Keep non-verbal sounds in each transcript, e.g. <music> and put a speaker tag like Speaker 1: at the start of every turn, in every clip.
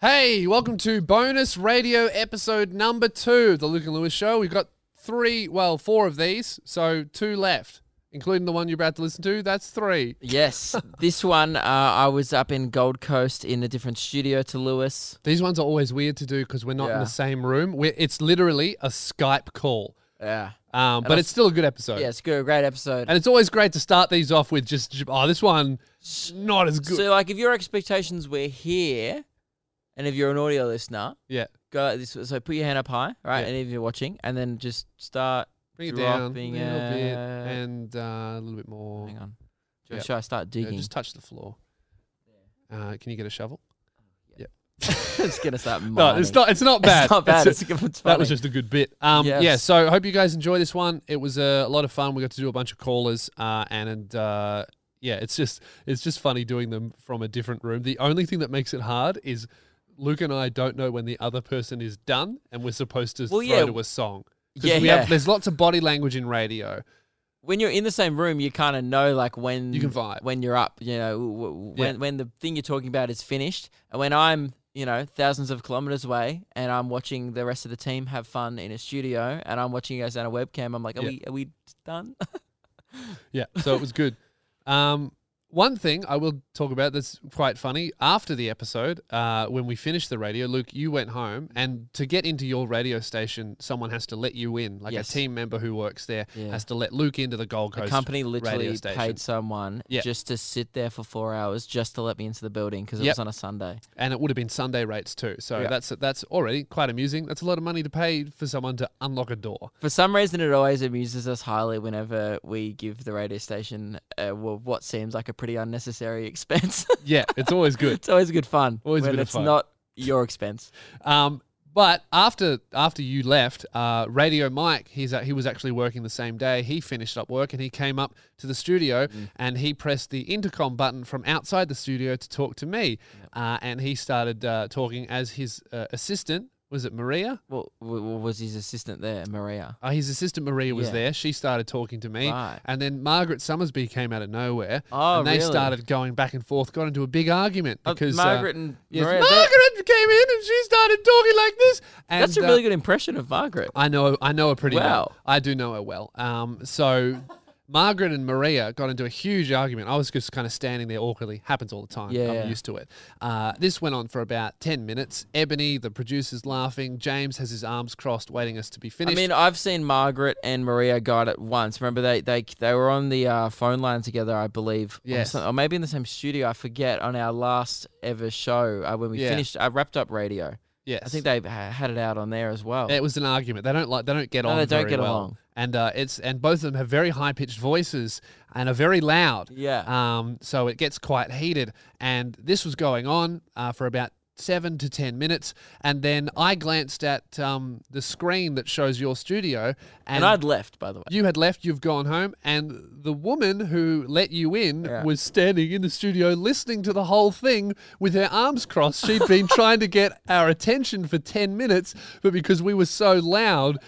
Speaker 1: Hey, welcome to bonus radio episode number two of the Luke and Lewis show. We've got three, well, four of these, so two left, including the one you're about to listen to. That's three.
Speaker 2: Yes, this one uh, I was up in Gold Coast in a different studio to Lewis.
Speaker 1: These ones are always weird to do because we're not in
Speaker 2: Yeah.
Speaker 1: the same room. We're, it's literally a Skype call,
Speaker 2: Yeah,
Speaker 1: um, but
Speaker 2: I-
Speaker 1: it's still a good episode.
Speaker 2: yeah, it's good, great episode.
Speaker 1: And it's always great to start these off with just, oh, this one, not as good.
Speaker 2: So, like, if your expectations were here, and if you're an audio listener,
Speaker 1: yeah.
Speaker 2: go like this. So put your hand up high, right?
Speaker 1: Yeah.
Speaker 2: And if you're watching, and then just start.
Speaker 1: Bring it down a little
Speaker 2: Dropping
Speaker 1: bit
Speaker 2: it.
Speaker 1: and uh, a little bit more.
Speaker 2: Hang on. Should,
Speaker 1: Yep.
Speaker 2: should I start
Speaker 1: Yeah,
Speaker 2: digging?
Speaker 1: just touch the floor. Uh, can you get a shovel?
Speaker 2: Oh, <laughs> it's gonna start.
Speaker 1: No, it's not. It's not bad.
Speaker 2: <laughs> It's not bad.
Speaker 1: It's-
Speaker 2: It's, it's,
Speaker 1: that was
Speaker 2: funny.
Speaker 1: just a good bit. Um, Yeah.
Speaker 2: Yes.
Speaker 1: So hope you guys enjoy this one. It was a lot of fun. We got to do a bunch of callers, uh, and and uh, yeah, it's just it's just funny doing them from a different room. The only thing that makes it hard is Luke and I don't know when the other person is done, and we're supposed to
Speaker 2: Well,
Speaker 1: throw
Speaker 2: yeah.
Speaker 1: to a song. 'Cause
Speaker 2: Yeah,
Speaker 1: we
Speaker 2: yeah.
Speaker 1: Have, there's lots of body language in radio.
Speaker 2: when you're in the same room, you kind of know like when
Speaker 1: You can vibe.
Speaker 2: when you're up. You know w- w-
Speaker 1: Yeah.
Speaker 2: when when the thing you're talking about is finished, and when I'm you know thousands of kilometers away, and I'm watching the rest of the team have fun in a studio, and I'm watching you guys down a webcam. I'm like, are
Speaker 1: Yeah.
Speaker 2: we are we
Speaker 1: <laughs>
Speaker 2: done?
Speaker 1: Yeah. So it was
Speaker 2: <laughs>
Speaker 1: good. Um, one thing I will talk about that's quite funny after the episode, uh, when we finished the radio, Luke, you went home, and to get into your radio station, someone has to let you in. Like
Speaker 2: Yes.
Speaker 1: a team member who works there
Speaker 2: Yeah.
Speaker 1: has to let Luke into the Gold
Speaker 2: The
Speaker 1: Coast.
Speaker 2: company
Speaker 1: radio
Speaker 2: literally
Speaker 1: station.
Speaker 2: paid someone
Speaker 1: Yeah.
Speaker 2: just to sit there for four hours just to let me into the building because it
Speaker 1: Yep.
Speaker 2: was on a Sunday.
Speaker 1: and it would have been Sunday rates too. So
Speaker 2: Yeah.
Speaker 1: that's that's already quite amusing. That's a lot of money to pay for someone to unlock a door. <laughs>
Speaker 2: For some reason, it always amuses us highly whenever we give the radio station uh, well, what seems like a pretty unnecessary <laughs> expense.
Speaker 1: Yeah, it's always good.
Speaker 2: It's always good fun.
Speaker 1: Always a
Speaker 2: when
Speaker 1: bit of
Speaker 2: it's
Speaker 1: fun.
Speaker 2: not your expense.
Speaker 1: Um, but after after you left, uh, Radio Mike, he's a, he was actually working the same day. He finished up work and he came up to the studio
Speaker 2: Mm.
Speaker 1: and he pressed the intercom button from outside the studio to talk to me, uh, and he started uh, talking as his uh, assistant. Was it Maria?
Speaker 2: Well, w- w- was his assistant there, Maria?
Speaker 1: Uh, his assistant Maria was
Speaker 2: Yeah.
Speaker 1: there. She started talking to me.
Speaker 2: Right.
Speaker 1: And then Margaret Summersby came out of nowhere.
Speaker 2: Oh,
Speaker 1: and they
Speaker 2: really?
Speaker 1: started going back and forth, got into a big argument
Speaker 2: Uh,
Speaker 1: because uh,
Speaker 2: Margaret and
Speaker 1: yes,
Speaker 2: Maria. that-
Speaker 1: Margaret came in and she started talking like this. And,
Speaker 2: that's a
Speaker 1: uh,
Speaker 2: really good impression of Margaret.
Speaker 1: I know I know her pretty well.
Speaker 2: Wow.
Speaker 1: I do know her well. Um, so Margaret and Maria got into a huge argument. I was just kind of standing there awkwardly. Happens all the time.
Speaker 2: Yeah,
Speaker 1: I'm
Speaker 2: yeah.
Speaker 1: used to it. Uh, this went on for about ten minutes. Ebony, the producer's laughing. James has his arms crossed, waiting us to be
Speaker 2: I
Speaker 1: finished.
Speaker 2: mean, I've seen Margaret and Maria go at it once. Remember, they they they were on the uh, phone line together, I believe. on
Speaker 1: Yes.
Speaker 2: some- Or, maybe in the same studio. I forget. On our last ever show, uh, when we
Speaker 1: Yeah.
Speaker 2: finished, I wrapped up radio.
Speaker 1: yes,
Speaker 2: I think they ha- had it out on there as well.
Speaker 1: it was an argument. They don't like. They don't get
Speaker 2: No,
Speaker 1: on.
Speaker 2: they don't
Speaker 1: very
Speaker 2: get
Speaker 1: well.
Speaker 2: along.
Speaker 1: And uh, it's and both of them have very high pitched voices and are very loud.
Speaker 2: yeah.
Speaker 1: Um, so it gets quite heated. And this was going on uh, for about seven to 10 minutes. And then I glanced at um, the screen that shows your studio. And,
Speaker 2: and I'd left, by the way.
Speaker 1: you had left, you've gone home. And the woman who let you in
Speaker 2: Yeah.
Speaker 1: was standing in the studio listening to the whole thing with her arms crossed. She'd been trying to get our attention for 10 minutes, but because we were so loud,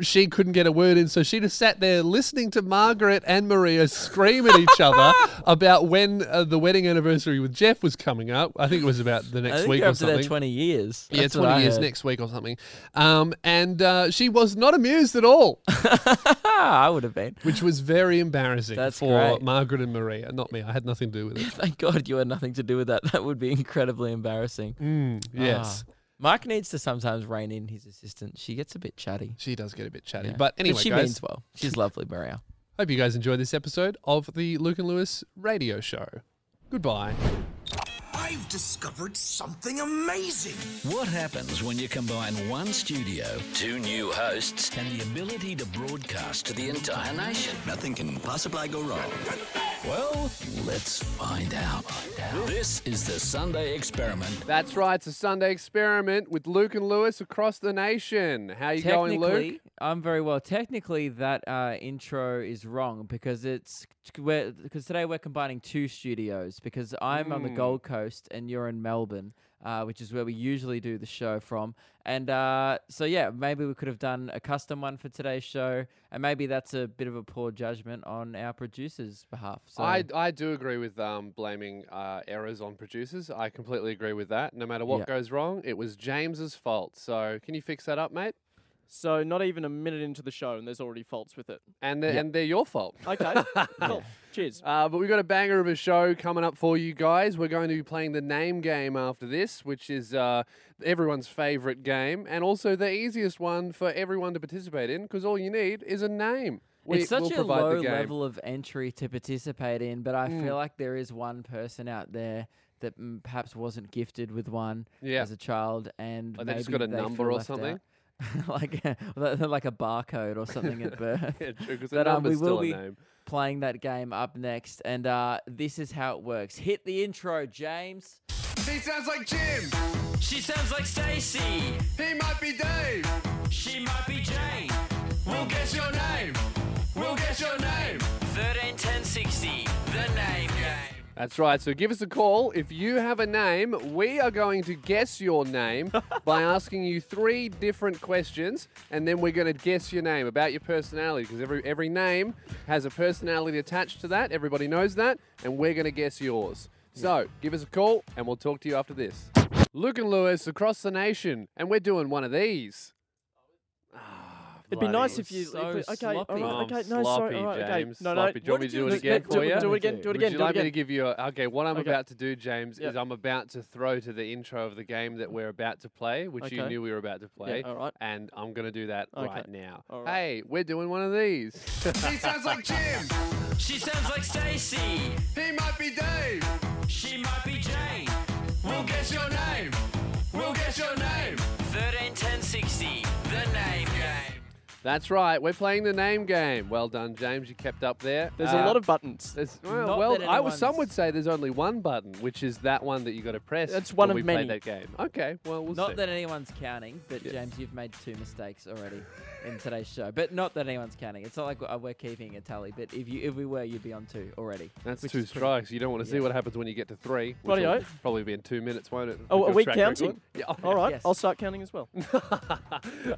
Speaker 1: she couldn't get a word in. So she just sat there listening to Margaret and Maria scream at each
Speaker 2: <laughs>
Speaker 1: other about when uh, the wedding anniversary with Jeff was coming up. I think it was about the
Speaker 2: I
Speaker 1: next
Speaker 2: think
Speaker 1: week
Speaker 2: they're
Speaker 1: or
Speaker 2: up to their
Speaker 1: something.
Speaker 2: twenty years.
Speaker 1: Yeah,
Speaker 2: That's what
Speaker 1: 20
Speaker 2: I
Speaker 1: years
Speaker 2: heard.
Speaker 1: next week or something. Um, and uh, she was not amused at all
Speaker 2: Ah, <laughs> I would have been.
Speaker 1: which was very embarrassing
Speaker 2: That's
Speaker 1: for
Speaker 2: great.
Speaker 1: Margaret and Maria, not me. I had nothing to do with it.
Speaker 2: Thank God you had nothing to do with that. <laughs> That would be incredibly embarrassing.
Speaker 1: Mm, yes,
Speaker 2: Ah. Mike needs to sometimes rein in his assistant. She gets a bit chatty.
Speaker 1: she does get a bit chatty,
Speaker 2: Yeah.
Speaker 1: but anyway,
Speaker 2: she
Speaker 1: guys,
Speaker 2: means well. She's lovely, Maria.
Speaker 1: hope you guys enjoy this episode of the Luke and Lewis Radio Show. Goodbye.
Speaker 3: I've discovered something amazing.
Speaker 4: What happens when you combine one studio, two new hosts, and the ability to broadcast to the entire nation?
Speaker 3: Nothing can possibly go wrong.
Speaker 4: Well, let's find out. This is the Sunday Experiment.
Speaker 1: That's right. It's a Sunday experiment with Luke and Lewis across the nation. How you
Speaker 2: Technically, I'm very well. Technically, that uh, intro is wrong because it's
Speaker 1: Hmm.
Speaker 2: because today we're combining two studios because I'm on the Gold Coast and you're in Melbourne. uh, which is where we usually do the show from. And uh, so, yeah, maybe we could have done a custom one for today's show, and maybe that's a bit of a poor judgment on our producer's behalf. So
Speaker 1: I, I do agree with um, blaming uh, errors on producers. I completely agree with that. No matter what
Speaker 2: Yeah.
Speaker 1: goes wrong, it was James's fault. So can you fix that up, mate?
Speaker 5: So not even a minute into the show, and there's already faults with it.
Speaker 2: <laughs>
Speaker 1: And they're, and they're your fault.
Speaker 5: Okay, cool. Cheers.
Speaker 1: Uh, but we've got a banger of a show coming up for you guys. We're going to be playing the name game after this, which is uh, everyone's favorite game and also the easiest one for everyone to participate in because all you need is a name. We,
Speaker 2: it's such
Speaker 1: we'll
Speaker 2: a
Speaker 1: provide the
Speaker 2: low
Speaker 1: game. Mm.
Speaker 2: level of entry to participate in, but I feel like there is one person out there that mm, perhaps wasn't gifted with one
Speaker 1: Yeah.
Speaker 2: as a child, and
Speaker 1: Or they
Speaker 2: maybe
Speaker 1: just got a
Speaker 2: they feel
Speaker 1: number or
Speaker 2: left
Speaker 1: something.
Speaker 2: out. <laughs> like <laughs> a, like a barcode or something
Speaker 1: <laughs>
Speaker 2: at birth.
Speaker 1: Yeah, true, 'cause the
Speaker 2: but um, we
Speaker 1: number's
Speaker 2: will
Speaker 1: still a
Speaker 2: be
Speaker 1: name.
Speaker 2: playing that game up next, and uh, this is how it works. Hit the intro, James.
Speaker 6: He sounds like Jim.
Speaker 4: She sounds like Stacy.
Speaker 6: He might be Dave.
Speaker 4: She might be Jane.
Speaker 6: We'll guess your name. We'll guess your name.
Speaker 4: 13 10 60. The name game.
Speaker 1: That's right. So give us a call. If you have a name, we are going to guess your name by asking you three different questions, and then we're going to guess your name about your personality because every every name has a personality attached to that. Everybody knows that, and we're going to guess yours. So give us a call, and we'll talk to you after this. Luke and Lewis across the nation, and we're doing one of these.
Speaker 5: It'd be nice
Speaker 1: bloody
Speaker 5: if you.
Speaker 2: so
Speaker 5: if we- okay, all
Speaker 2: sloppy.
Speaker 5: right,
Speaker 1: Um,
Speaker 5: okay, no,
Speaker 1: sloppy,
Speaker 5: sorry, all right, okay,
Speaker 1: James,
Speaker 5: no,
Speaker 1: sloppy.
Speaker 5: no.
Speaker 1: Do you want me to do it
Speaker 5: Let's-
Speaker 1: again
Speaker 5: let's
Speaker 1: for you?
Speaker 5: Do it again. Do it
Speaker 1: Would
Speaker 5: again.
Speaker 1: you
Speaker 5: Do it
Speaker 1: like me to
Speaker 5: again.
Speaker 1: give you a, okay? What I'm
Speaker 5: Okay.
Speaker 1: about to do, James, is
Speaker 5: Yeah.
Speaker 1: I'm about to throw to the intro of the game that we're about to play, which you
Speaker 5: Okay.
Speaker 1: knew we were about to play.
Speaker 5: all right.
Speaker 1: And I'm gonna do that
Speaker 5: Okay.
Speaker 1: right now.
Speaker 5: All right.
Speaker 1: Hey, we're doing one of
Speaker 6: <laughs>
Speaker 1: these. <laughs>
Speaker 6: He sounds like Jim.
Speaker 4: She sounds like Stacy.
Speaker 6: He might be Dave.
Speaker 4: She might be Jane.
Speaker 6: We'll guess your name. We'll guess your name.
Speaker 4: 13 10 60. The name game.
Speaker 1: That's right. We're playing the name game. Well done, James. You kept up there.
Speaker 5: There's
Speaker 1: Uh,
Speaker 5: a lot of buttons.
Speaker 1: There's, well,
Speaker 2: Not
Speaker 1: well
Speaker 2: that
Speaker 1: I was, some
Speaker 2: anyone's-
Speaker 1: would say there's only one button, which is that one that you got to press.
Speaker 5: That's one
Speaker 1: when
Speaker 5: of
Speaker 1: we
Speaker 5: many.
Speaker 1: Play that game. Okay. Well, we'll see.
Speaker 2: Not that anyone's counting, but James, you've made two mistakes already in today's show. But not that anyone's counting. It's not like we're- we're keeping a tally. But if you if we were, you'd be on two already.
Speaker 1: That's
Speaker 2: which
Speaker 1: two
Speaker 2: is pretty-
Speaker 1: strikes. You don't want to see
Speaker 2: yeah.
Speaker 1: what happens when you get to three. which
Speaker 5: Rightio.
Speaker 1: will Probably be in two minutes, won't it?
Speaker 5: Oh,
Speaker 1: With
Speaker 5: are
Speaker 1: your
Speaker 5: we
Speaker 1: track record.
Speaker 5: counting?
Speaker 1: Yeah.
Speaker 5: All right,
Speaker 2: Yes.
Speaker 5: I'll start counting as well.
Speaker 2: Hmm.
Speaker 1: <laughs>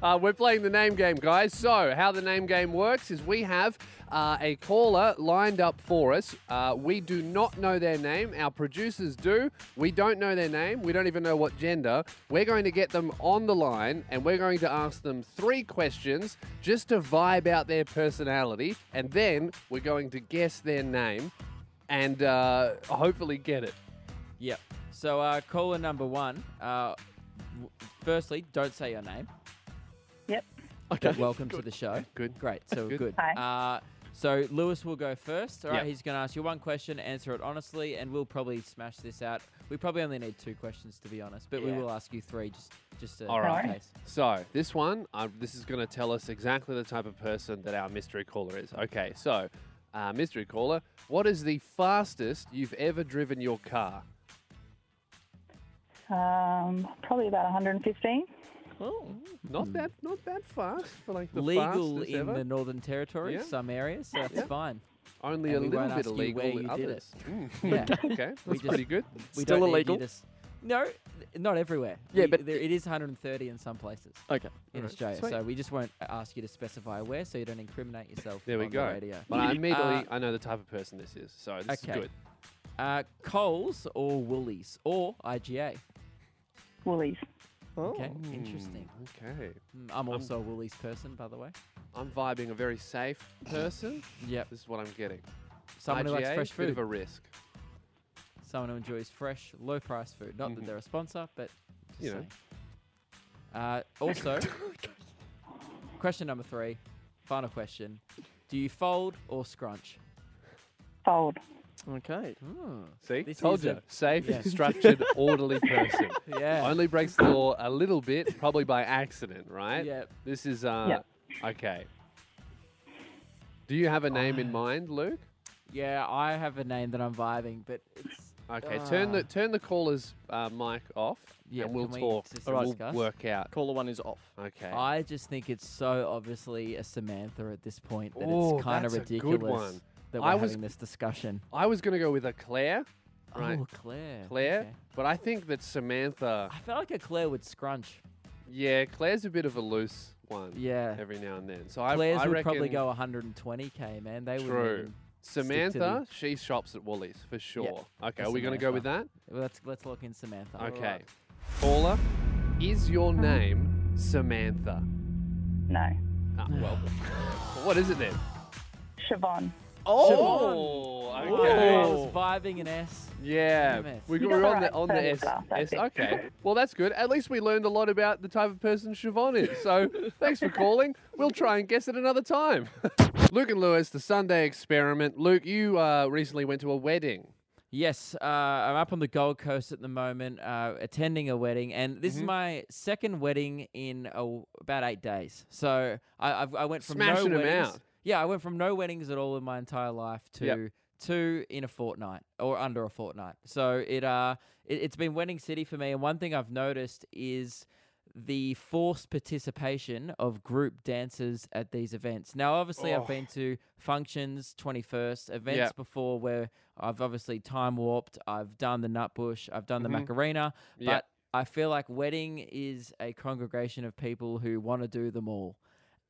Speaker 1: Uh, we're playing the name game, guys. So, how the name game works is we have uh, a caller lined up for us. Uh, we do not know their name. Our producers do. We don't know their name. We don't even know what gender. We're going to get them on the line and we're going to ask them three questions just to vibe out their personality. And then we're going to guess their name and uh, hopefully get it.
Speaker 2: Yep. So uh, caller number one. Uh, w- firstly, don't say your name.
Speaker 7: Yep.
Speaker 5: Okay.
Speaker 2: Welcome to the show.
Speaker 1: Good.
Speaker 2: Great. So
Speaker 1: Good.
Speaker 2: good.
Speaker 7: Hi.
Speaker 2: Uh, so Lewis will go first. All right.
Speaker 1: Yep.
Speaker 2: He's going to ask you one question, answer it honestly, and we'll probably smash this out. We probably only need two questions to be honest, but we
Speaker 1: Yeah.
Speaker 2: will ask you three just just to,
Speaker 1: All
Speaker 2: in
Speaker 7: right.
Speaker 2: case.
Speaker 1: So this one, uh, this is going to tell us exactly the type of person that our mystery caller is. Okay, so uh, mystery caller, what is the fastest you've ever driven your car?
Speaker 7: Um, probably about 115.
Speaker 5: Oh,
Speaker 1: Not that, not that fast for like the
Speaker 2: Hmm. legal
Speaker 1: fastest
Speaker 2: in
Speaker 1: ever.
Speaker 2: the Northern Territory,
Speaker 1: Yeah.
Speaker 2: some areas, so that's
Speaker 1: <laughs>
Speaker 2: fine.
Speaker 1: Only
Speaker 2: and
Speaker 1: a
Speaker 2: we
Speaker 1: little
Speaker 2: won't
Speaker 1: bit
Speaker 2: ask you
Speaker 1: illegal
Speaker 2: where
Speaker 1: in
Speaker 2: you did it.
Speaker 1: others. Mm,
Speaker 2: Yeah.
Speaker 1: <laughs> okay, that's
Speaker 2: <laughs> We just-
Speaker 1: pretty good.
Speaker 2: We
Speaker 5: Still
Speaker 2: don't need you
Speaker 5: illegal?
Speaker 2: to s- No, th- not everywhere.
Speaker 5: Yeah,
Speaker 2: We-
Speaker 5: but
Speaker 2: there, it is 130 in some places
Speaker 5: okay.
Speaker 2: in
Speaker 5: Alright.
Speaker 2: Australia.
Speaker 5: Sweet.
Speaker 2: So we just won't ask you to specify where, so you don't incriminate yourself.
Speaker 1: There we
Speaker 2: on
Speaker 1: go.
Speaker 2: The radio.
Speaker 1: But
Speaker 2: <laughs>
Speaker 1: I immediately,
Speaker 2: Uh,
Speaker 1: I know the type of person this is. So this
Speaker 2: okay.
Speaker 1: is good.
Speaker 2: Uh, Coles or Woolies or IGA.
Speaker 7: Woolies.
Speaker 2: Okay,
Speaker 5: Oh.
Speaker 2: interesting.
Speaker 1: Okay,
Speaker 5: Hmm.
Speaker 2: Mm,
Speaker 1: Um,
Speaker 2: I'm also a Woolies person, by the way.
Speaker 1: I'm vibing a very safe person.
Speaker 2: Yep.
Speaker 1: This is what I'm getting.
Speaker 2: Someone who likes
Speaker 1: IGA,
Speaker 2: fresh
Speaker 1: bit of
Speaker 2: food.
Speaker 1: a risk.
Speaker 2: Someone who enjoys fresh, low price food. Not that they're a sponsor, but just
Speaker 1: Mm-hmm. You know. Oh <laughs>
Speaker 2: saying. Uh, also, question number three, final question: Do you fold or scrunch?
Speaker 7: Fold.
Speaker 5: Okay.
Speaker 2: Hmm.
Speaker 1: See,
Speaker 2: This
Speaker 1: told
Speaker 2: is
Speaker 1: you.
Speaker 2: a-
Speaker 1: Safe,
Speaker 2: yeah. <laughs>
Speaker 1: structured, orderly person.
Speaker 2: Yeah.
Speaker 1: Only breaks the law a little bit, probably by accident, right?
Speaker 2: Yep.
Speaker 1: This is uh,
Speaker 7: Yep.
Speaker 1: okay. Do you have a name in mind, Luke?
Speaker 2: Yeah, I have a name that I'm vibing, but it's
Speaker 1: Okay, turn the
Speaker 2: Ah.
Speaker 1: turn the caller's uh, mic off,
Speaker 2: Yeah,
Speaker 1: and we'll
Speaker 2: can we
Speaker 1: talk.
Speaker 2: just
Speaker 1: and we'll
Speaker 2: discuss?
Speaker 1: work out.
Speaker 5: Caller one is off.
Speaker 1: Okay.
Speaker 2: I just think it's so obviously a Samantha at this point that
Speaker 1: Ooh,
Speaker 2: it's kind of
Speaker 1: that's a
Speaker 2: ridiculous
Speaker 1: good one.
Speaker 2: that we're
Speaker 1: I was-
Speaker 2: having this discussion.
Speaker 1: I was gonna go with a Claire, right?
Speaker 2: Oh, Claire.
Speaker 1: Claire,
Speaker 2: okay.
Speaker 1: but I think that Samantha,
Speaker 2: I felt like a Claire would scrunch.
Speaker 1: yeah, Claire's a bit of a loose one.
Speaker 2: Yeah.
Speaker 1: Every now and then. So I,
Speaker 2: Claire's
Speaker 1: I
Speaker 2: would
Speaker 1: reckon
Speaker 2: probably go 120k, man. They would.
Speaker 1: true. Samantha, she shops at Woolies for sure. Okay,
Speaker 2: that's
Speaker 1: are we going to go with that?
Speaker 2: Samantha. Let's let's lock in Samantha.
Speaker 1: Okay. Paula, is your
Speaker 2: Uh-huh.
Speaker 1: name Samantha?
Speaker 7: No.
Speaker 2: <sighs>
Speaker 1: Ah, well, what is it then?
Speaker 7: Siobhan.
Speaker 1: Oh,
Speaker 2: I
Speaker 1: okay.
Speaker 2: was vibing an S.
Speaker 1: Yeah,
Speaker 2: Damn it.
Speaker 1: we,
Speaker 7: You
Speaker 1: we were
Speaker 7: got
Speaker 1: on
Speaker 7: the
Speaker 1: the
Speaker 7: right
Speaker 1: on the
Speaker 7: premise
Speaker 1: S,
Speaker 7: there,
Speaker 1: S.
Speaker 7: that's it. <laughs>
Speaker 1: Okay, well that's good. At least we learned a lot about the type of person Siobhan is. <laughs> So thanks for calling. We'll try and guess it another time. <laughs> Luke and Lewis, the Sunday experiment. Luke, you uh, recently went to a wedding.
Speaker 2: Yes, uh, I'm up on the Gold Coast at the moment, uh, attending a wedding, and this is my second wedding in a, about eight days. So I, I've, I went from
Speaker 1: Smashing
Speaker 2: no
Speaker 1: 'em
Speaker 2: weddings.
Speaker 1: out.
Speaker 2: Yeah, I went from no weddings at all in my entire life to
Speaker 1: Yep.
Speaker 2: two in a fortnight or under a fortnight. So it uh, it, it's been wedding city for me, and one thing I've noticed is the forced participation of group dances at these events. Now, obviously, I've been to functions, 21st, events
Speaker 1: Oh. Yeah.
Speaker 2: before where I've obviously time warped, I've done the Nutbush, I've done the Macarena,
Speaker 1: Mm-hmm. Yeah.
Speaker 2: but I feel like wedding is a congregation of people who want to do them all.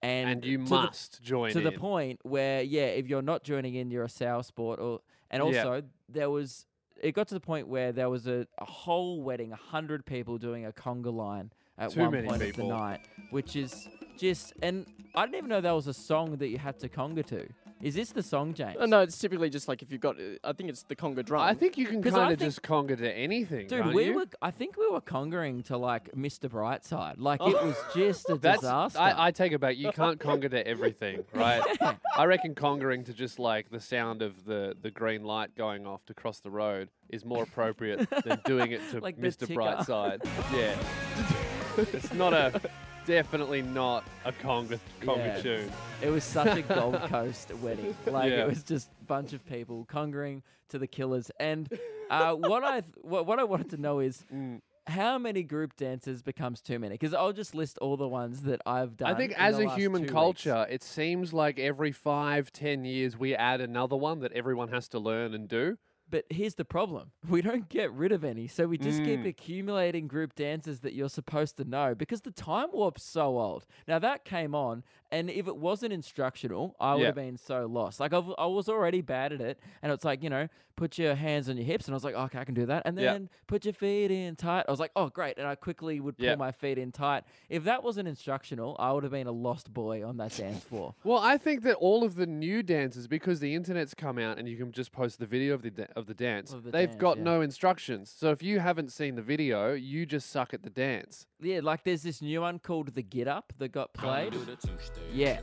Speaker 2: And,
Speaker 1: and you
Speaker 2: to the-
Speaker 1: must join
Speaker 2: to the
Speaker 1: in.
Speaker 2: point where yeah if you're not joining in you're a sour sport or and
Speaker 1: Yeah.
Speaker 2: also there was it got to the point where there was a, a whole wedding 100 people doing a conga line at
Speaker 1: Too
Speaker 2: one
Speaker 1: many
Speaker 2: point
Speaker 1: people.
Speaker 2: of the night which is just and i didn't even know that was a song that you had to conga to is this the song james
Speaker 5: Uh, no, it's typically just like if you've got. uh, I think it's the conga drum.
Speaker 1: I think you can
Speaker 2: 'Cause I
Speaker 1: kind of
Speaker 2: think-
Speaker 1: just conga to anything,
Speaker 2: Dude,
Speaker 1: can't
Speaker 2: we
Speaker 1: you?
Speaker 2: were. I think we were congering to like Mr. Brightside. Like it was just a
Speaker 1: Oh. <laughs> That's
Speaker 2: disaster.
Speaker 1: I, I take it back. You can't conga to everything, <laughs> right? I reckon congering to just like the sound of the, the green light going off to cross the road is more appropriate than doing it <laughs> to
Speaker 2: Like the
Speaker 1: Mr.
Speaker 2: ticker.
Speaker 1: <laughs> Brightside. Yeah, it's not a definitely not a conga conga
Speaker 2: Yeah.
Speaker 1: tune.
Speaker 2: It was such a
Speaker 1: <laughs>
Speaker 2: Gold Coast wedding. Like
Speaker 1: Yeah.
Speaker 2: it was just a bunch of people congering to the killers. And
Speaker 1: <laughs>
Speaker 2: uh, what I th- what, what I wanted to know is
Speaker 1: Mm.
Speaker 2: how many group dances becomes too many? Because I'll just list all the ones that I've done.
Speaker 1: I think
Speaker 2: in
Speaker 1: as
Speaker 2: the
Speaker 1: a
Speaker 2: last
Speaker 1: human
Speaker 2: two weeks.
Speaker 1: culture, it seems like every five, ten years we add another one that everyone has to learn and do.
Speaker 2: But here's the problem: <laughs> we don't get rid of any, so we just
Speaker 1: Mm.
Speaker 2: keep accumulating group dances that you're supposed to know because the time warp's so old. Now that came on, and if it wasn't instructional, I would
Speaker 1: Yeah.
Speaker 2: have been so lost. Like I've, I was already bad at it, and it's like you know, put your hands on your hips, and I was like, okay, I can do that, and
Speaker 1: Yeah.
Speaker 2: then put your feet in tight. I was like, oh great, and I quickly would pull
Speaker 1: Yeah.
Speaker 2: my feet in tight. If that wasn't instructional, I would have been a lost boy on that dance floor.
Speaker 1: <laughs> Well, I think that all of the new dances, because the internet's come out and you can just post the video of the da- of the dance,
Speaker 2: Of the
Speaker 1: they've
Speaker 2: dance,
Speaker 1: got
Speaker 2: yeah.
Speaker 1: no instructions. So if you haven't seen the video, you just suck at the dance.
Speaker 2: Yeah, like there's this new one called the Get Up that got played. Yeah.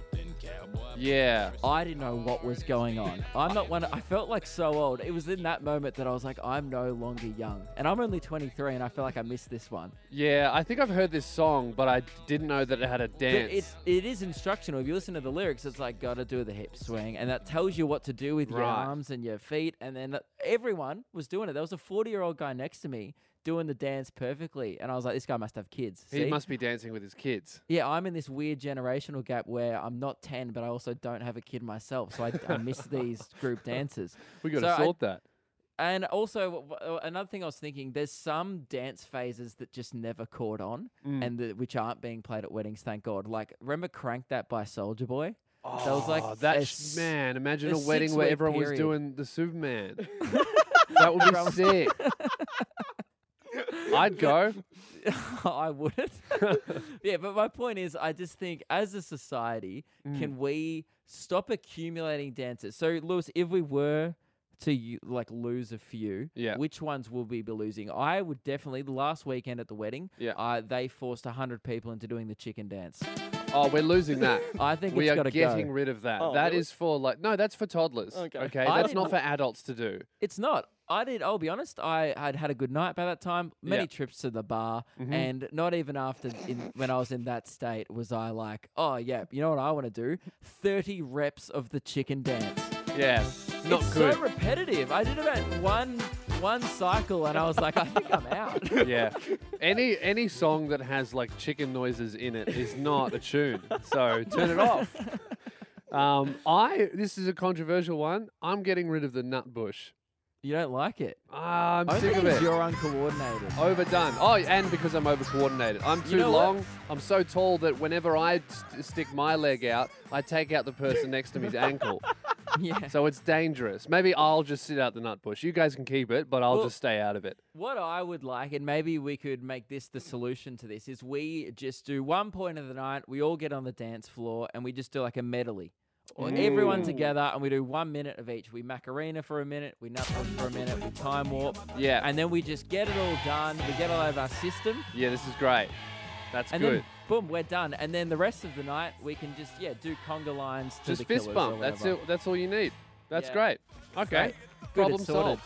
Speaker 1: Yeah,
Speaker 2: I didn't know what was going on. I'm not one. I felt like so old. It was in that moment that I was like, I'm no longer young, and I'm only 23, and I feel like I missed this one.
Speaker 1: yeah. I think I've heard this song, but I didn't know that it had a
Speaker 2: But
Speaker 1: dance.
Speaker 2: It's it is instructional. If you listen to the lyrics, it's like gotta do the hip swing, and that tells you what to do with your
Speaker 1: Right.
Speaker 2: arms and your feet. And then everyone was doing it. There was a 40 year old guy next to me doing the dance perfectly, and I was like, this guy must have kids.
Speaker 1: he
Speaker 2: See?
Speaker 1: must be dancing with his kids.
Speaker 2: Yeah, I'm in this weird generational gap where I'm not 10, but I also don't have a kid myself, so I, I miss these group dances.
Speaker 1: <laughs> We got
Speaker 2: So
Speaker 1: to
Speaker 2: I-
Speaker 1: sort that.
Speaker 2: And also, w- w- uh, another thing I was thinking, there's some dance phases that just never caught on,
Speaker 1: Mm.
Speaker 2: and that which aren't being played at weddings, thank God. Like, remember "Crank That" by Soldier Boy? that was like
Speaker 1: Oh, that
Speaker 2: a
Speaker 1: sh-
Speaker 2: s-
Speaker 1: man! Imagine a
Speaker 2: a
Speaker 1: wedding where
Speaker 2: six-week
Speaker 1: everyone was
Speaker 2: period.
Speaker 1: doing the Superman. that would be
Speaker 2: <laughs>
Speaker 1: sick. I'd go.
Speaker 2: <laughs>
Speaker 1: <laughs>
Speaker 2: I wouldn't. yeah, but my point is, I just think as a society,
Speaker 1: Mm.
Speaker 2: can we stop accumulating dances? So, Lewis, if we were to you, like lose a few,
Speaker 1: Yeah.
Speaker 2: which ones will we be losing? I would definitely the last weekend at the wedding.
Speaker 1: Yeah.
Speaker 2: uh, they forced hundred people into doing the chicken dance.
Speaker 1: Oh, we're losing that.
Speaker 2: I think
Speaker 1: we
Speaker 2: it's
Speaker 1: are
Speaker 2: gotta
Speaker 1: getting
Speaker 2: go.
Speaker 1: rid of that. That is
Speaker 5: Oh, really?
Speaker 1: for like no, that's for toddlers. Okay,
Speaker 5: Okay.
Speaker 2: I
Speaker 1: that's not
Speaker 2: didn't-
Speaker 1: for adults to do.
Speaker 2: It's not. I did. I'll be honest. I had had a good night by that time. Many
Speaker 1: Yeah. Mm-hmm.
Speaker 2: trips to the bar, and not even after in, when I was in that state was I like, oh yeah, you know what I want to do? Thirty reps of the chicken dance.
Speaker 1: Yeah, not
Speaker 2: it's
Speaker 1: good.
Speaker 2: so repetitive. I did about one one cycle, and I was like, I think I'm
Speaker 1: <laughs> <laughs>
Speaker 2: out.
Speaker 1: yeah, any any song that has like chicken noises in it is not a tune. So turn it
Speaker 2: <laughs>
Speaker 1: off. Um, I this is a controversial one. I'm getting rid of the nut bush.
Speaker 2: You don't like it.
Speaker 1: Ah, I'm
Speaker 2: Only
Speaker 1: sick of
Speaker 2: 'cause
Speaker 1: it.
Speaker 2: You're uncoordinated.
Speaker 1: Overdone. Oh, and because I'm over coordinated. I'm too
Speaker 2: know what?
Speaker 1: long. I'm so tall that whenever I st- stick my leg out, I take out the person next to
Speaker 2: <laughs>
Speaker 1: me's ankle.
Speaker 2: yeah.
Speaker 1: So it's dangerous. Maybe I'll just sit out the nut bush. You guys can keep it, but I'll
Speaker 2: Well-
Speaker 1: just stay out of it.
Speaker 2: What I would like, and maybe we could make this the solution to this, is we just do one point of the night, we all get on the dance floor, and we just do like a medley. Or Everyone together, and we do one minute of each. We Macarena for a minute, we Nutbush for a minute, we Time Warp,
Speaker 1: Yeah.
Speaker 2: and then we just get it all done. We get all out of our system,
Speaker 1: yeah, this is great. That's
Speaker 2: and
Speaker 1: good.
Speaker 2: then boom, we're done. And then the rest of the night, we can just yeah do conga lines to
Speaker 1: just
Speaker 2: the
Speaker 1: fist
Speaker 2: Killers or
Speaker 1: bump. That's
Speaker 2: whatever.
Speaker 1: it. That's all you need. That's
Speaker 2: Yeah.
Speaker 1: great. Okay.
Speaker 2: Great. Good,
Speaker 1: Problem
Speaker 2: it's sorted.
Speaker 1: solved.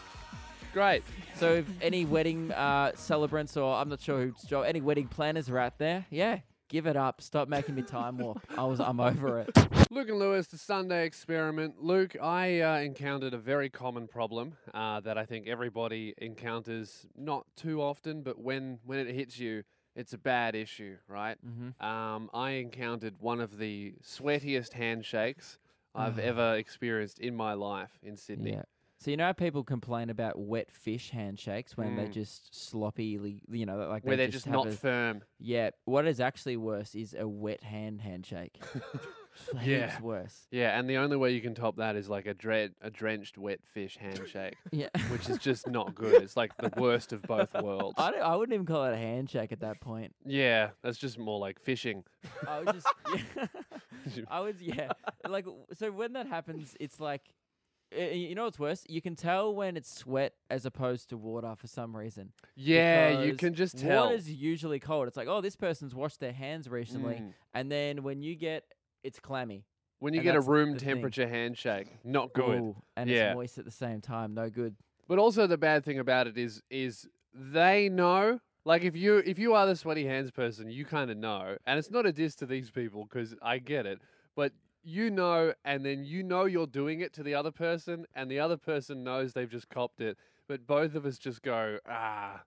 Speaker 1: Great.
Speaker 2: So if any wedding uh, celebrants or I'm not sure who's job, any wedding planners are out there, yeah, give it up. Stop making me time warp. I was, I'm over it.
Speaker 1: Luke and Lewis, the Sunday experiment. Luke, I uh, encountered a very common problem uh, that I think everybody encounters not too often, but when, when it hits you, it's a bad issue, right?
Speaker 2: Mm-hmm.
Speaker 1: Um, I encountered one of the sweatiest handshakes I've ever experienced in my life in Sydney.
Speaker 2: Ah. Yeah. So you know how people complain about wet fish handshakes when they're just sloppily, you know, like
Speaker 1: Mm. Where
Speaker 2: they
Speaker 1: they're just
Speaker 2: have
Speaker 1: not
Speaker 2: a-
Speaker 1: firm.
Speaker 2: yeah. What is actually worse is a wet hand
Speaker 1: <laughs>
Speaker 2: handshake.
Speaker 1: Yeah.
Speaker 2: Heaps worse.
Speaker 1: Yeah, and the only way you can top that is like a dread, a drenched wet fish handshake,
Speaker 2: Yeah. <laughs>
Speaker 1: which is just not good. It's like the worst of both worlds.
Speaker 2: I, don't, I wouldn't even call it a handshake at that point.
Speaker 1: Yeah, that's just more like fishing.
Speaker 2: I was just,
Speaker 1: <laughs>
Speaker 2: <laughs> yeah. I was, yeah. Like, w- so when that happens, it's like, uh, you know what's worse? You can tell when it's sweat as opposed to water for some reason.
Speaker 1: Yeah, you
Speaker 2: because
Speaker 1: can just tell.
Speaker 2: Water's usually cold. It's like, oh, this person's washed their hands recently.
Speaker 1: Mm.
Speaker 2: And then when you get, it's clammy.
Speaker 1: when you
Speaker 2: and
Speaker 1: get a
Speaker 2: that's
Speaker 1: room
Speaker 2: the thing.
Speaker 1: temperature handshake, not good.
Speaker 2: Ooh, and
Speaker 1: Yeah.
Speaker 2: it's moist at the same time. No good.
Speaker 1: But also the bad thing about it is is they know. Like if you if you are the sweaty hands person, you kind of know. And it's not a diss to these people cuz I get it, but you know and then you know you're doing it to the other person and the other person knows they've just copped it, but both of us just go, "Ah,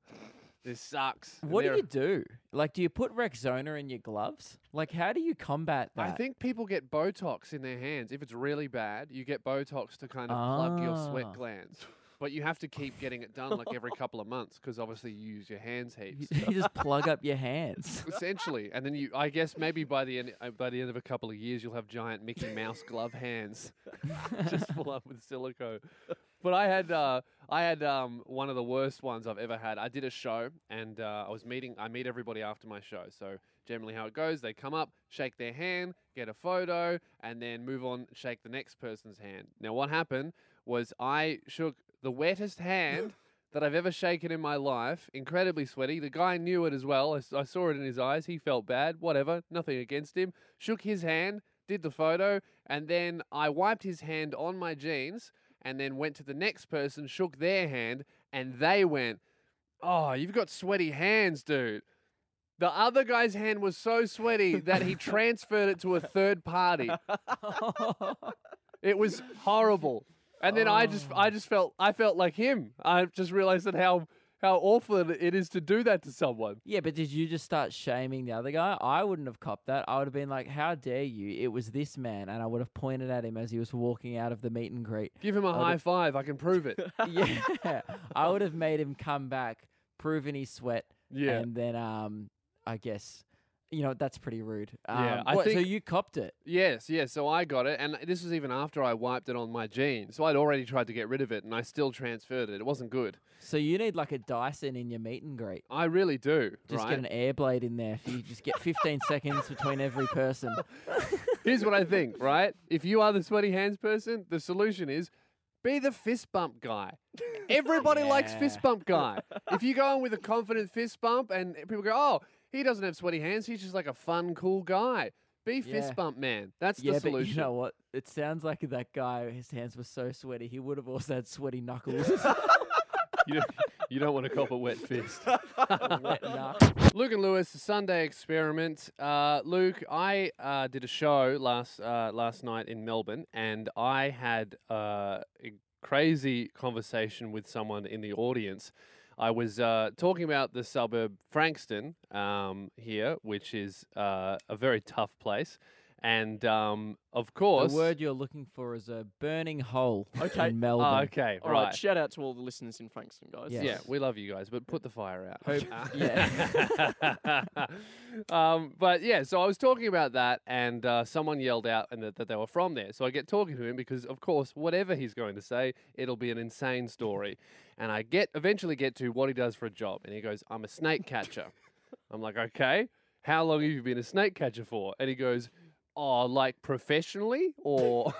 Speaker 1: this sucks." and
Speaker 2: What do
Speaker 1: they're-
Speaker 2: you do? Like, do you put Rexona in your gloves? Like, how do you combat that?
Speaker 1: I think people get Botox in their hands. If it's really bad, you get Botox to kind of plug your
Speaker 2: Ah.
Speaker 1: sweat glands. But you have to keep getting it done like every couple of months because obviously you use your hands
Speaker 2: you,
Speaker 1: heaps.
Speaker 2: <laughs> you just plug up your hands.
Speaker 1: <laughs> Essentially, and then you, I guess maybe by the end, uh, by the end of a couple of years, you'll have giant Mickey Mouse glove hands, <laughs> just full up with silicone. But I had, uh, I had um, one of the worst ones I've ever had. I did a show, and uh, I was meeting, I meet everybody after my show. So generally, how it goes, they come up, shake their hand, get a photo, and then move on, shake the next person's hand. Now, what happened was I shook the wettest hand that I've ever shaken in my life. Incredibly sweaty. The guy knew it as well. I, s- I saw it in his eyes. He felt bad. Whatever. Nothing against him. Shook his hand, did the photo, and then I wiped his hand on my jeans and then went to the next person, shook their hand, and they went, Oh, you've got sweaty hands, dude. The other guy's hand was so sweaty that he transferred it to a third party. It was horrible. And then I just I just felt I felt like him. I just realized that how how awful it it is to do that to someone.
Speaker 2: Yeah, but did you just start shaming the other guy? I wouldn't have copped that. I would have been like, "How dare you? It was this man," and I would have pointed at him as he was walking out of the meet
Speaker 1: <laughs>
Speaker 2: and greet.
Speaker 1: Give him a high five. I can prove
Speaker 2: <laughs>
Speaker 1: it.
Speaker 2: yeah, I would have made him come back, proven his sweat,
Speaker 1: Yeah.
Speaker 2: and then um, I guess, you know, that's pretty rude. Um,
Speaker 1: Yeah, I
Speaker 2: what, so
Speaker 1: think-
Speaker 2: you copped it.
Speaker 1: yes, yes. So I got it, and this was even after I wiped it on my jeans. So I'd already tried to get rid of it, and I still transferred it. It wasn't good.
Speaker 2: So you need like a Dyson in your meet and great.
Speaker 1: I really do.
Speaker 2: Just
Speaker 1: right?
Speaker 2: get an air blade in there. If you just get 15 seconds between every person.
Speaker 1: Here's what I think, right? If you are the sweaty hands person, the solution is be the fist bump guy. Everybody likes fist
Speaker 2: Yeah.
Speaker 1: bump guy. If you go in with a confident fist bump and people go, oh, he doesn't have sweaty hands, he's just like a fun, cool guy. Be
Speaker 2: Yeah.
Speaker 1: fist bump man. That's
Speaker 2: Yeah,
Speaker 1: the
Speaker 2: but
Speaker 1: solution.
Speaker 2: you know what? It sounds like that guy. His hands were so sweaty. He would have also had
Speaker 1: <laughs>
Speaker 2: sweaty knuckles.
Speaker 1: you, don't, you don't want to cop a wet fist.
Speaker 2: Wet knuck.
Speaker 1: Luke and Lewis, the Sunday experiment. Uh, Luke, I uh, did a show last uh, last night in Melbourne, and I had uh, a crazy conversation with someone in the audience. I was uh, talking about the suburb Frankston um, here, which is uh, a very tough place, And um, of course,
Speaker 2: The word you're looking for is a burning hole
Speaker 5: Okay.
Speaker 2: in
Speaker 1: Oh,
Speaker 2: Melbourne.
Speaker 1: okay,
Speaker 5: All right.
Speaker 1: right.
Speaker 5: Shout out to all the listeners in Frankston, guys.
Speaker 2: Yeah.
Speaker 1: Yeah,
Speaker 2: Yes.
Speaker 1: we love you guys, but put the fire out. <laughs>
Speaker 2: Hope- <laughs>
Speaker 1: Uh,
Speaker 2: yeah. <laughs>
Speaker 1: um, but yeah, so I was talking about that, and uh, someone yelled out and that, that they were from there. So I get talking to him because, of course, whatever he's going to say, it'll be an insane story. And I get eventually get to what he does for a job, and he goes, "I'm a snake catcher." I'm like, "Okay, how long have you been a snake catcher for?" And he goes, "Oh, like professionally, or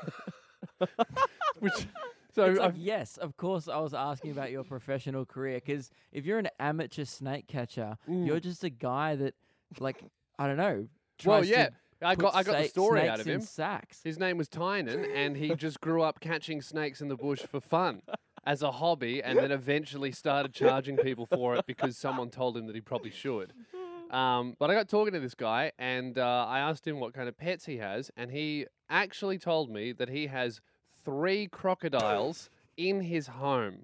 Speaker 1: <laughs> which." So
Speaker 2: It's like,
Speaker 1: I've-
Speaker 2: yes, of course. I was asking about your professional career because if you're an amateur snake catcher, you're just a guy that, like, I don't know.
Speaker 1: Mm. well,
Speaker 2: tries to
Speaker 1: yeah, I
Speaker 2: put
Speaker 1: got I got the
Speaker 2: sa-
Speaker 1: story
Speaker 2: snakes
Speaker 1: out of
Speaker 2: in
Speaker 1: him.
Speaker 2: Sacks.
Speaker 1: His name was Tynan, and he just grew up catching snakes in the bush for fun as a hobby, and then eventually started charging people for it because someone told him that he probably should. Um, but I got talking to this guy, and uh, I asked him what kind of pets he has, and he actually told me that he has three
Speaker 2: <laughs>
Speaker 1: crocodiles in his home,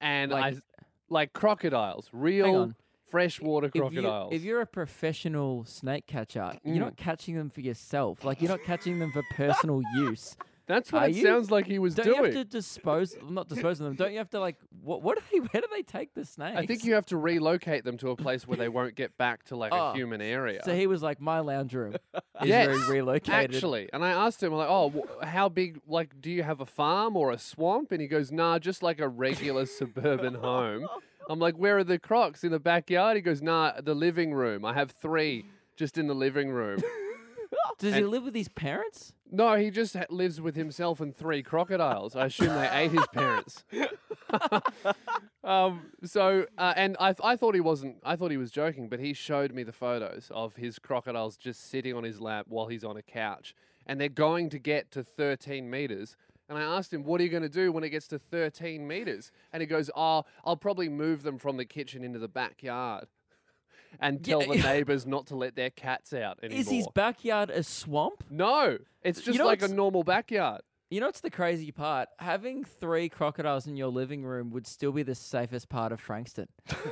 Speaker 1: and
Speaker 2: Like-
Speaker 1: I like crocodiles, real
Speaker 2: on.
Speaker 1: freshwater
Speaker 2: If, you,
Speaker 1: crocodiles. Mm.
Speaker 2: if you're a professional snake catcher, you're not catching them for yourself. Like you're not catching them for
Speaker 1: <laughs>
Speaker 2: personal use.
Speaker 1: That's what
Speaker 2: Are
Speaker 1: it
Speaker 2: you-
Speaker 1: sounds like he was
Speaker 2: Don't
Speaker 1: doing.
Speaker 2: you have to dispose? Not dispose of them. Don't you have to like? What? What do they? <laughs> Where do they take the snakes?
Speaker 1: I think you have to relocate them to a place where they won't get back to like
Speaker 2: Oh,
Speaker 1: a human area.
Speaker 2: So he was like, my
Speaker 1: <laughs>
Speaker 2: lounge room is
Speaker 1: Yes,
Speaker 2: re- relocated.
Speaker 1: Actually, and I asked him, like, oh, wh- how big, like, do you have a farm or a swamp? And he goes, nah, just like a
Speaker 2: <laughs>
Speaker 1: regular suburban home. I'm like, where are the crocs? In the backyard? He goes, nah, the living room. I have three just in the living room.
Speaker 2: Does he live with his parents?
Speaker 1: no, he just ha- lives with himself and three crocodiles. I assume they ate his
Speaker 2: <laughs>
Speaker 1: parents. Um, so, uh, and I, I thought he wasn't, I thought he was joking, but he showed me the photos of his crocodiles just sitting on his lap while he's on a couch. And they're going to get to 13 meters. And I asked him, what are you going to do when it gets to 13 meters? And he goes, oh, I'll probably move them from the kitchen into the backyard and
Speaker 2: Yeah,
Speaker 1: tell the
Speaker 2: yeah.
Speaker 1: neighbors not to let their cats out anymore.
Speaker 2: Is his backyard a swamp?
Speaker 1: no, it's just
Speaker 2: know
Speaker 1: like a
Speaker 2: what's-
Speaker 1: normal backyard.
Speaker 2: You know what's the crazy part? Having three crocodiles in your living room would still be the safest part of Frankston.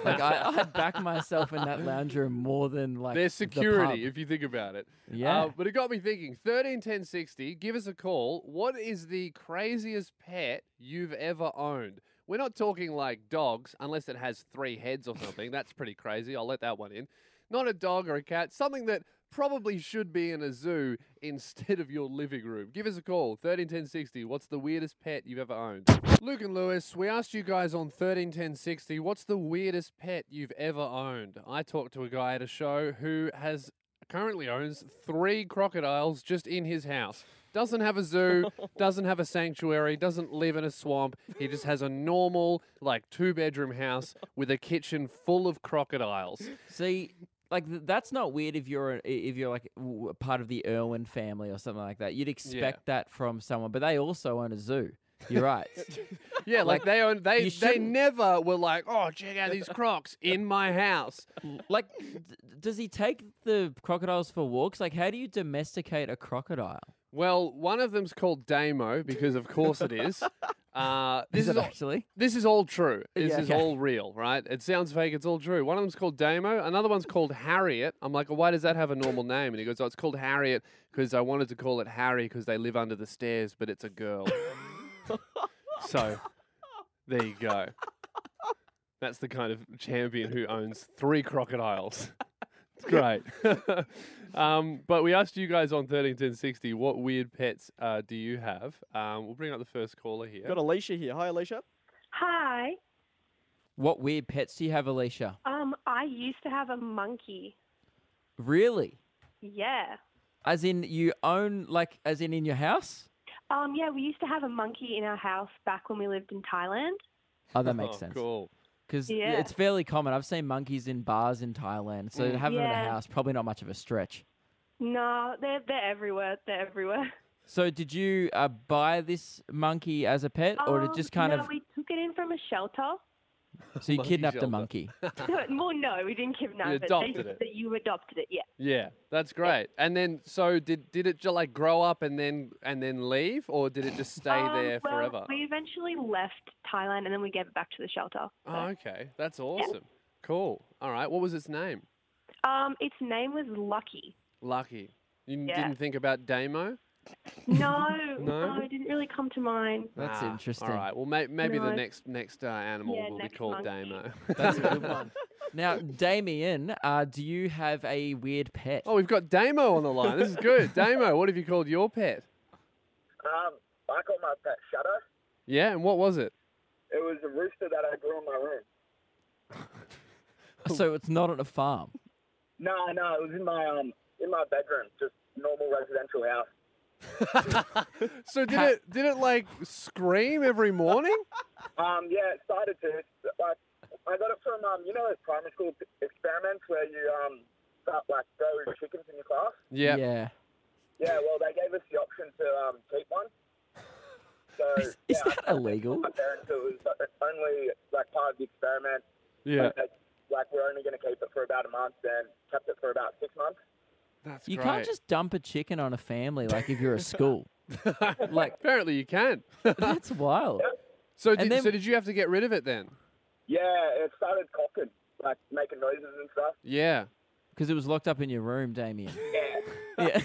Speaker 2: Like I, I'd back myself in that lounge room more than like
Speaker 1: Their
Speaker 2: the
Speaker 1: security, Uh,
Speaker 2: pub.
Speaker 1: if you think about it.
Speaker 2: Yeah.
Speaker 1: but it got me thinking. Thirteen ten sixty. Give us a call. What is the craziest pet you've ever owned? We're not talking like dogs, unless it has three heads or something. That's pretty crazy. I'll let that one in. Not a dog or a cat. Something that probably should be in a zoo instead of your living room. Give us a call. Thirteen ten sixty. What's the weirdest pet you've ever owned? Luke and Lewis, we asked you guys on 131060, what's the weirdest pet you've ever owned? I talked to a guy at a show who has currently owns three crocodiles just in his house. Doesn't have a zoo,
Speaker 2: <laughs>
Speaker 1: doesn't have a sanctuary, doesn't live in a swamp. He just has a normal, like, two bedroom house with a kitchen full of crocodiles.
Speaker 2: See, like th- that's not weird if you're a- if you're like w- a part of the Irwin family or something like that. You'd expect that from someone, but they also own a zoo. You're right.
Speaker 1: Yeah, like,
Speaker 2: Like,
Speaker 1: they own, they,
Speaker 2: you
Speaker 1: they
Speaker 2: shouldn't-
Speaker 1: never were like, oh, check out these crocs in my
Speaker 2: <laughs>
Speaker 1: house.
Speaker 2: like, d- does he take the crocodiles for walks? Like, how do you domesticate a crocodile?
Speaker 1: Well, one of them's called Damo because, of course, it
Speaker 2: <laughs>
Speaker 1: is. Uh, this
Speaker 2: is
Speaker 1: is
Speaker 2: it
Speaker 1: all-
Speaker 2: actually?
Speaker 1: This is all true. This
Speaker 2: Yeah,
Speaker 1: is
Speaker 2: okay.
Speaker 1: all real, right? It sounds fake. It's all true. One of them's called Damo. Another one's called Harriet. I'm like, why does that have a normal name? And he goes, oh, it's called Harriet because I wanted to call it Harry because they live under the stairs, but it's a
Speaker 2: <laughs>
Speaker 1: girl. so there you go. That's the kind of champion who owns three crocodiles. It's great. <laughs> um, but we asked you guys on 131060, what weird pets uh, do you have? Um, we'll bring up the first caller here.
Speaker 5: Got Alicia here. Hi, Alicia.
Speaker 8: Hi.
Speaker 2: What weird pets do you have, Alicia?
Speaker 8: Um, I used to have a monkey.
Speaker 2: Really?
Speaker 8: Yeah.
Speaker 2: As in you own like as in in your house?
Speaker 8: Um, yeah, we used to have a monkey in our house back when we lived in Thailand.
Speaker 2: Oh, that makes
Speaker 1: Oh,
Speaker 2: sense.
Speaker 1: Cool.
Speaker 2: Because
Speaker 8: Yeah.
Speaker 2: it's fairly common. I've seen monkeys in bars in Thailand,
Speaker 1: Mm.
Speaker 2: so to have them in
Speaker 8: Yeah.
Speaker 2: a house probably not much of a stretch.
Speaker 8: No, they're they're everywhere. They're everywhere.
Speaker 2: So did you uh, buy this monkey as a pet, or did
Speaker 8: Um,
Speaker 2: just kind
Speaker 8: no,
Speaker 2: of
Speaker 8: we took it in from a shelter. <laughs>
Speaker 2: so you
Speaker 1: Monkey
Speaker 2: kidnapped a
Speaker 1: shelter.
Speaker 2: <laughs> monkey?
Speaker 8: No, well, no, we didn't kidnap
Speaker 1: You
Speaker 8: it. They-
Speaker 1: adopted it.
Speaker 8: that You adopted it. Yeah.
Speaker 1: Yeah, that's great. And then, so did did it just like grow up and then and then leave, or did it just stay
Speaker 8: Um,
Speaker 1: there
Speaker 8: well,
Speaker 1: forever?
Speaker 8: We eventually left Thailand and then we gave it back to the shelter. so.
Speaker 1: Oh, okay, that's awesome. Cool. All right, what was its name?
Speaker 8: Um, its name was Lucky.
Speaker 1: Lucky. You
Speaker 9: Yeah.
Speaker 1: didn't think about Damo?
Speaker 8: No,
Speaker 1: No?
Speaker 8: no, it didn't really come to mind.
Speaker 2: That's
Speaker 1: Ah,
Speaker 2: interesting.
Speaker 1: All right. Well, may- maybe the
Speaker 8: No.
Speaker 1: next next uh, animal
Speaker 8: Yeah,
Speaker 1: will be
Speaker 8: next
Speaker 1: called
Speaker 8: monkey. <laughs>
Speaker 1: Damo.
Speaker 2: That's a good one. Now, Damien, uh, do you have a weird pet?
Speaker 1: oh, we've got Damo on the line. This is good. Damo, what have you called your pet?
Speaker 10: Um, I call my pet Shadow.
Speaker 1: Yeah, and what was it?
Speaker 10: It was a rooster that I grew in my room.
Speaker 2: so it's not on a farm.
Speaker 10: No, no, it was in my um in my bedroom, just normal residential house.
Speaker 1: So did it did it like scream every
Speaker 2: <laughs>
Speaker 1: morning?
Speaker 10: Um, yeah, it started to it's like I got it from um you know those primary school p- experiments where you um start like throw chickens in your class.
Speaker 1: Yeah.
Speaker 2: Yeah.
Speaker 10: Yeah, well they gave us the option to um keep one. So
Speaker 2: <laughs> Is, is
Speaker 10: yeah,
Speaker 2: that
Speaker 10: <laughs>
Speaker 2: illegal?
Speaker 10: my parents it was uh, only like part of the experiment.
Speaker 1: Yeah.
Speaker 10: Like, like we're only going to keep it for about a month, then kept it for about six months.
Speaker 1: That's
Speaker 2: You
Speaker 1: great.
Speaker 2: can't just dump a chicken on a family like if you're a school. <laughs> like
Speaker 1: <laughs> Apparently you <laughs> can.
Speaker 2: that's <laughs> wild.
Speaker 1: so did
Speaker 2: then-
Speaker 1: so did you have to get rid of it then?
Speaker 10: Yeah, it started cocking, like making noises and stuff.
Speaker 1: <laughs> Yeah.
Speaker 2: Because it was locked up in your room, Damien. Yeah.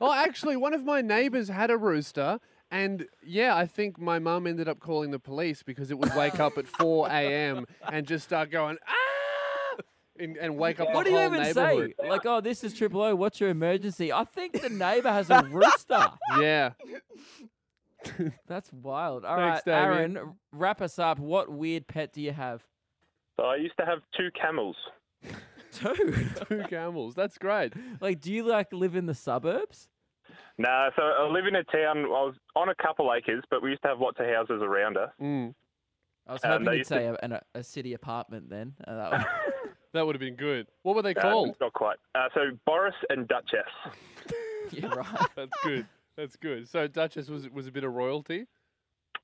Speaker 1: Oh, actually, one of my neighbors had a rooster, and yeah, I think my mum ended up calling the police because it would wake up at <laughs> 4 a.m. and just start going, ah! And, and wake up
Speaker 2: <laughs> <laughs> What
Speaker 1: the
Speaker 2: do you
Speaker 1: whole
Speaker 2: even
Speaker 1: <laughs>
Speaker 2: say?
Speaker 1: neighborhood.
Speaker 2: Like, oh, this is Triple O. What's your emergency? I think the neighbor has a rooster. <laughs>
Speaker 1: Yeah.
Speaker 2: That's wild. All right,
Speaker 1: Thanks, Damien.
Speaker 2: Aaron, r- wrap us up. What weird pet do you have?
Speaker 10: So I used to have two camels.
Speaker 2: Two.
Speaker 1: Two camels. That's great.
Speaker 2: like, do you like live in the suburbs?
Speaker 10: Nah, so I live in a town. I was on a couple acres, but we used to have lots of houses around us.
Speaker 1: Mm,
Speaker 2: I was
Speaker 10: Um,
Speaker 2: hoping
Speaker 10: they
Speaker 2: you'd
Speaker 10: used to-
Speaker 2: say a, an, a city apartment then. Uh, that would-
Speaker 1: that would have been good. What were they
Speaker 10: Uh,
Speaker 1: called?
Speaker 10: Not quite. Uh, so Boris and Duchess.
Speaker 2: <laughs> yeah,
Speaker 1: <laughs>
Speaker 2: right.
Speaker 1: That's good. That's good. So Duchess was was a bit of royalty.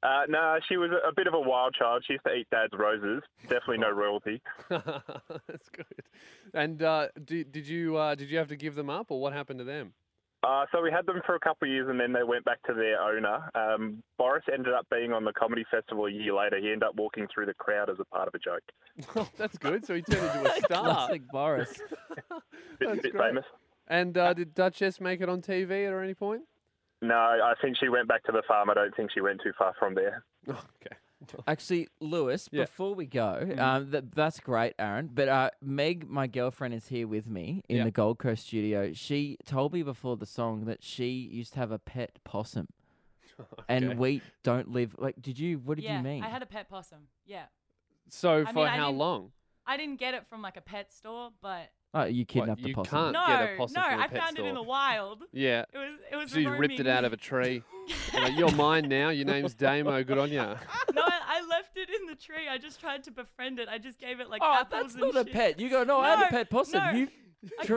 Speaker 10: Uh, nah, she was a, a bit of a wild child. She used to eat dad's roses. Definitely no royalty.
Speaker 1: <laughs> That's good. And uh, did, did you uh, did you have to give them up, or what happened to them? <laughs>
Speaker 10: Uh, so we had them for a couple of years, and then they went back to their owner. Um, Boris ended up being on the comedy festival a year later. He ended up walking through the crowd as a part of a joke.
Speaker 1: That's good. So he turned into
Speaker 7: <laughs>
Speaker 1: a star.
Speaker 2: Classic
Speaker 1: <laughs>
Speaker 2: Boris.
Speaker 10: Bit,
Speaker 1: That's
Speaker 10: bit
Speaker 1: great.
Speaker 10: famous.
Speaker 1: And uh, did Duchess make it on TV at any point? <laughs>
Speaker 10: No, I think she went back to the farm. I don't think she went too far from there.
Speaker 1: Okay.
Speaker 2: Actually, Lewis,
Speaker 1: Yeah. Mm-hmm.
Speaker 2: before we go, um, th- that's great, Aaron. But uh, Meg, my girlfriend, is here with me in
Speaker 1: Yeah.
Speaker 2: the Gold Coast studio. She told me before the song that she used to have a pet
Speaker 1: <laughs>
Speaker 2: possum. And we don't live like. Did you? What did
Speaker 7: yeah,
Speaker 2: you mean?
Speaker 7: I had a pet possum. Yeah.
Speaker 1: So
Speaker 7: mean,
Speaker 1: for
Speaker 7: I
Speaker 1: how
Speaker 7: didn't-
Speaker 1: long?
Speaker 7: I didn't get it from like a pet store, but
Speaker 2: oh, you
Speaker 1: What,
Speaker 2: kidnapped the
Speaker 1: you can't
Speaker 2: possum.
Speaker 7: no,
Speaker 1: get a possum
Speaker 7: no,
Speaker 1: from a
Speaker 7: I
Speaker 1: pet
Speaker 7: found
Speaker 1: store.
Speaker 7: it in the wild.
Speaker 1: Yeah.
Speaker 7: It was it was
Speaker 1: So you ripped it
Speaker 7: roaming.
Speaker 1: out of a tree. You're like, You're mine now. Your name's Damo. Good on ya.
Speaker 7: <laughs> No, I, I left it in the tree. I just tried to befriend it. I just gave it like
Speaker 2: Oh, that's
Speaker 7: apples and
Speaker 2: not a
Speaker 7: shit.
Speaker 2: pet. You go. No, I had a
Speaker 7: No,
Speaker 2: pet possum.
Speaker 7: no.
Speaker 2: You, tr-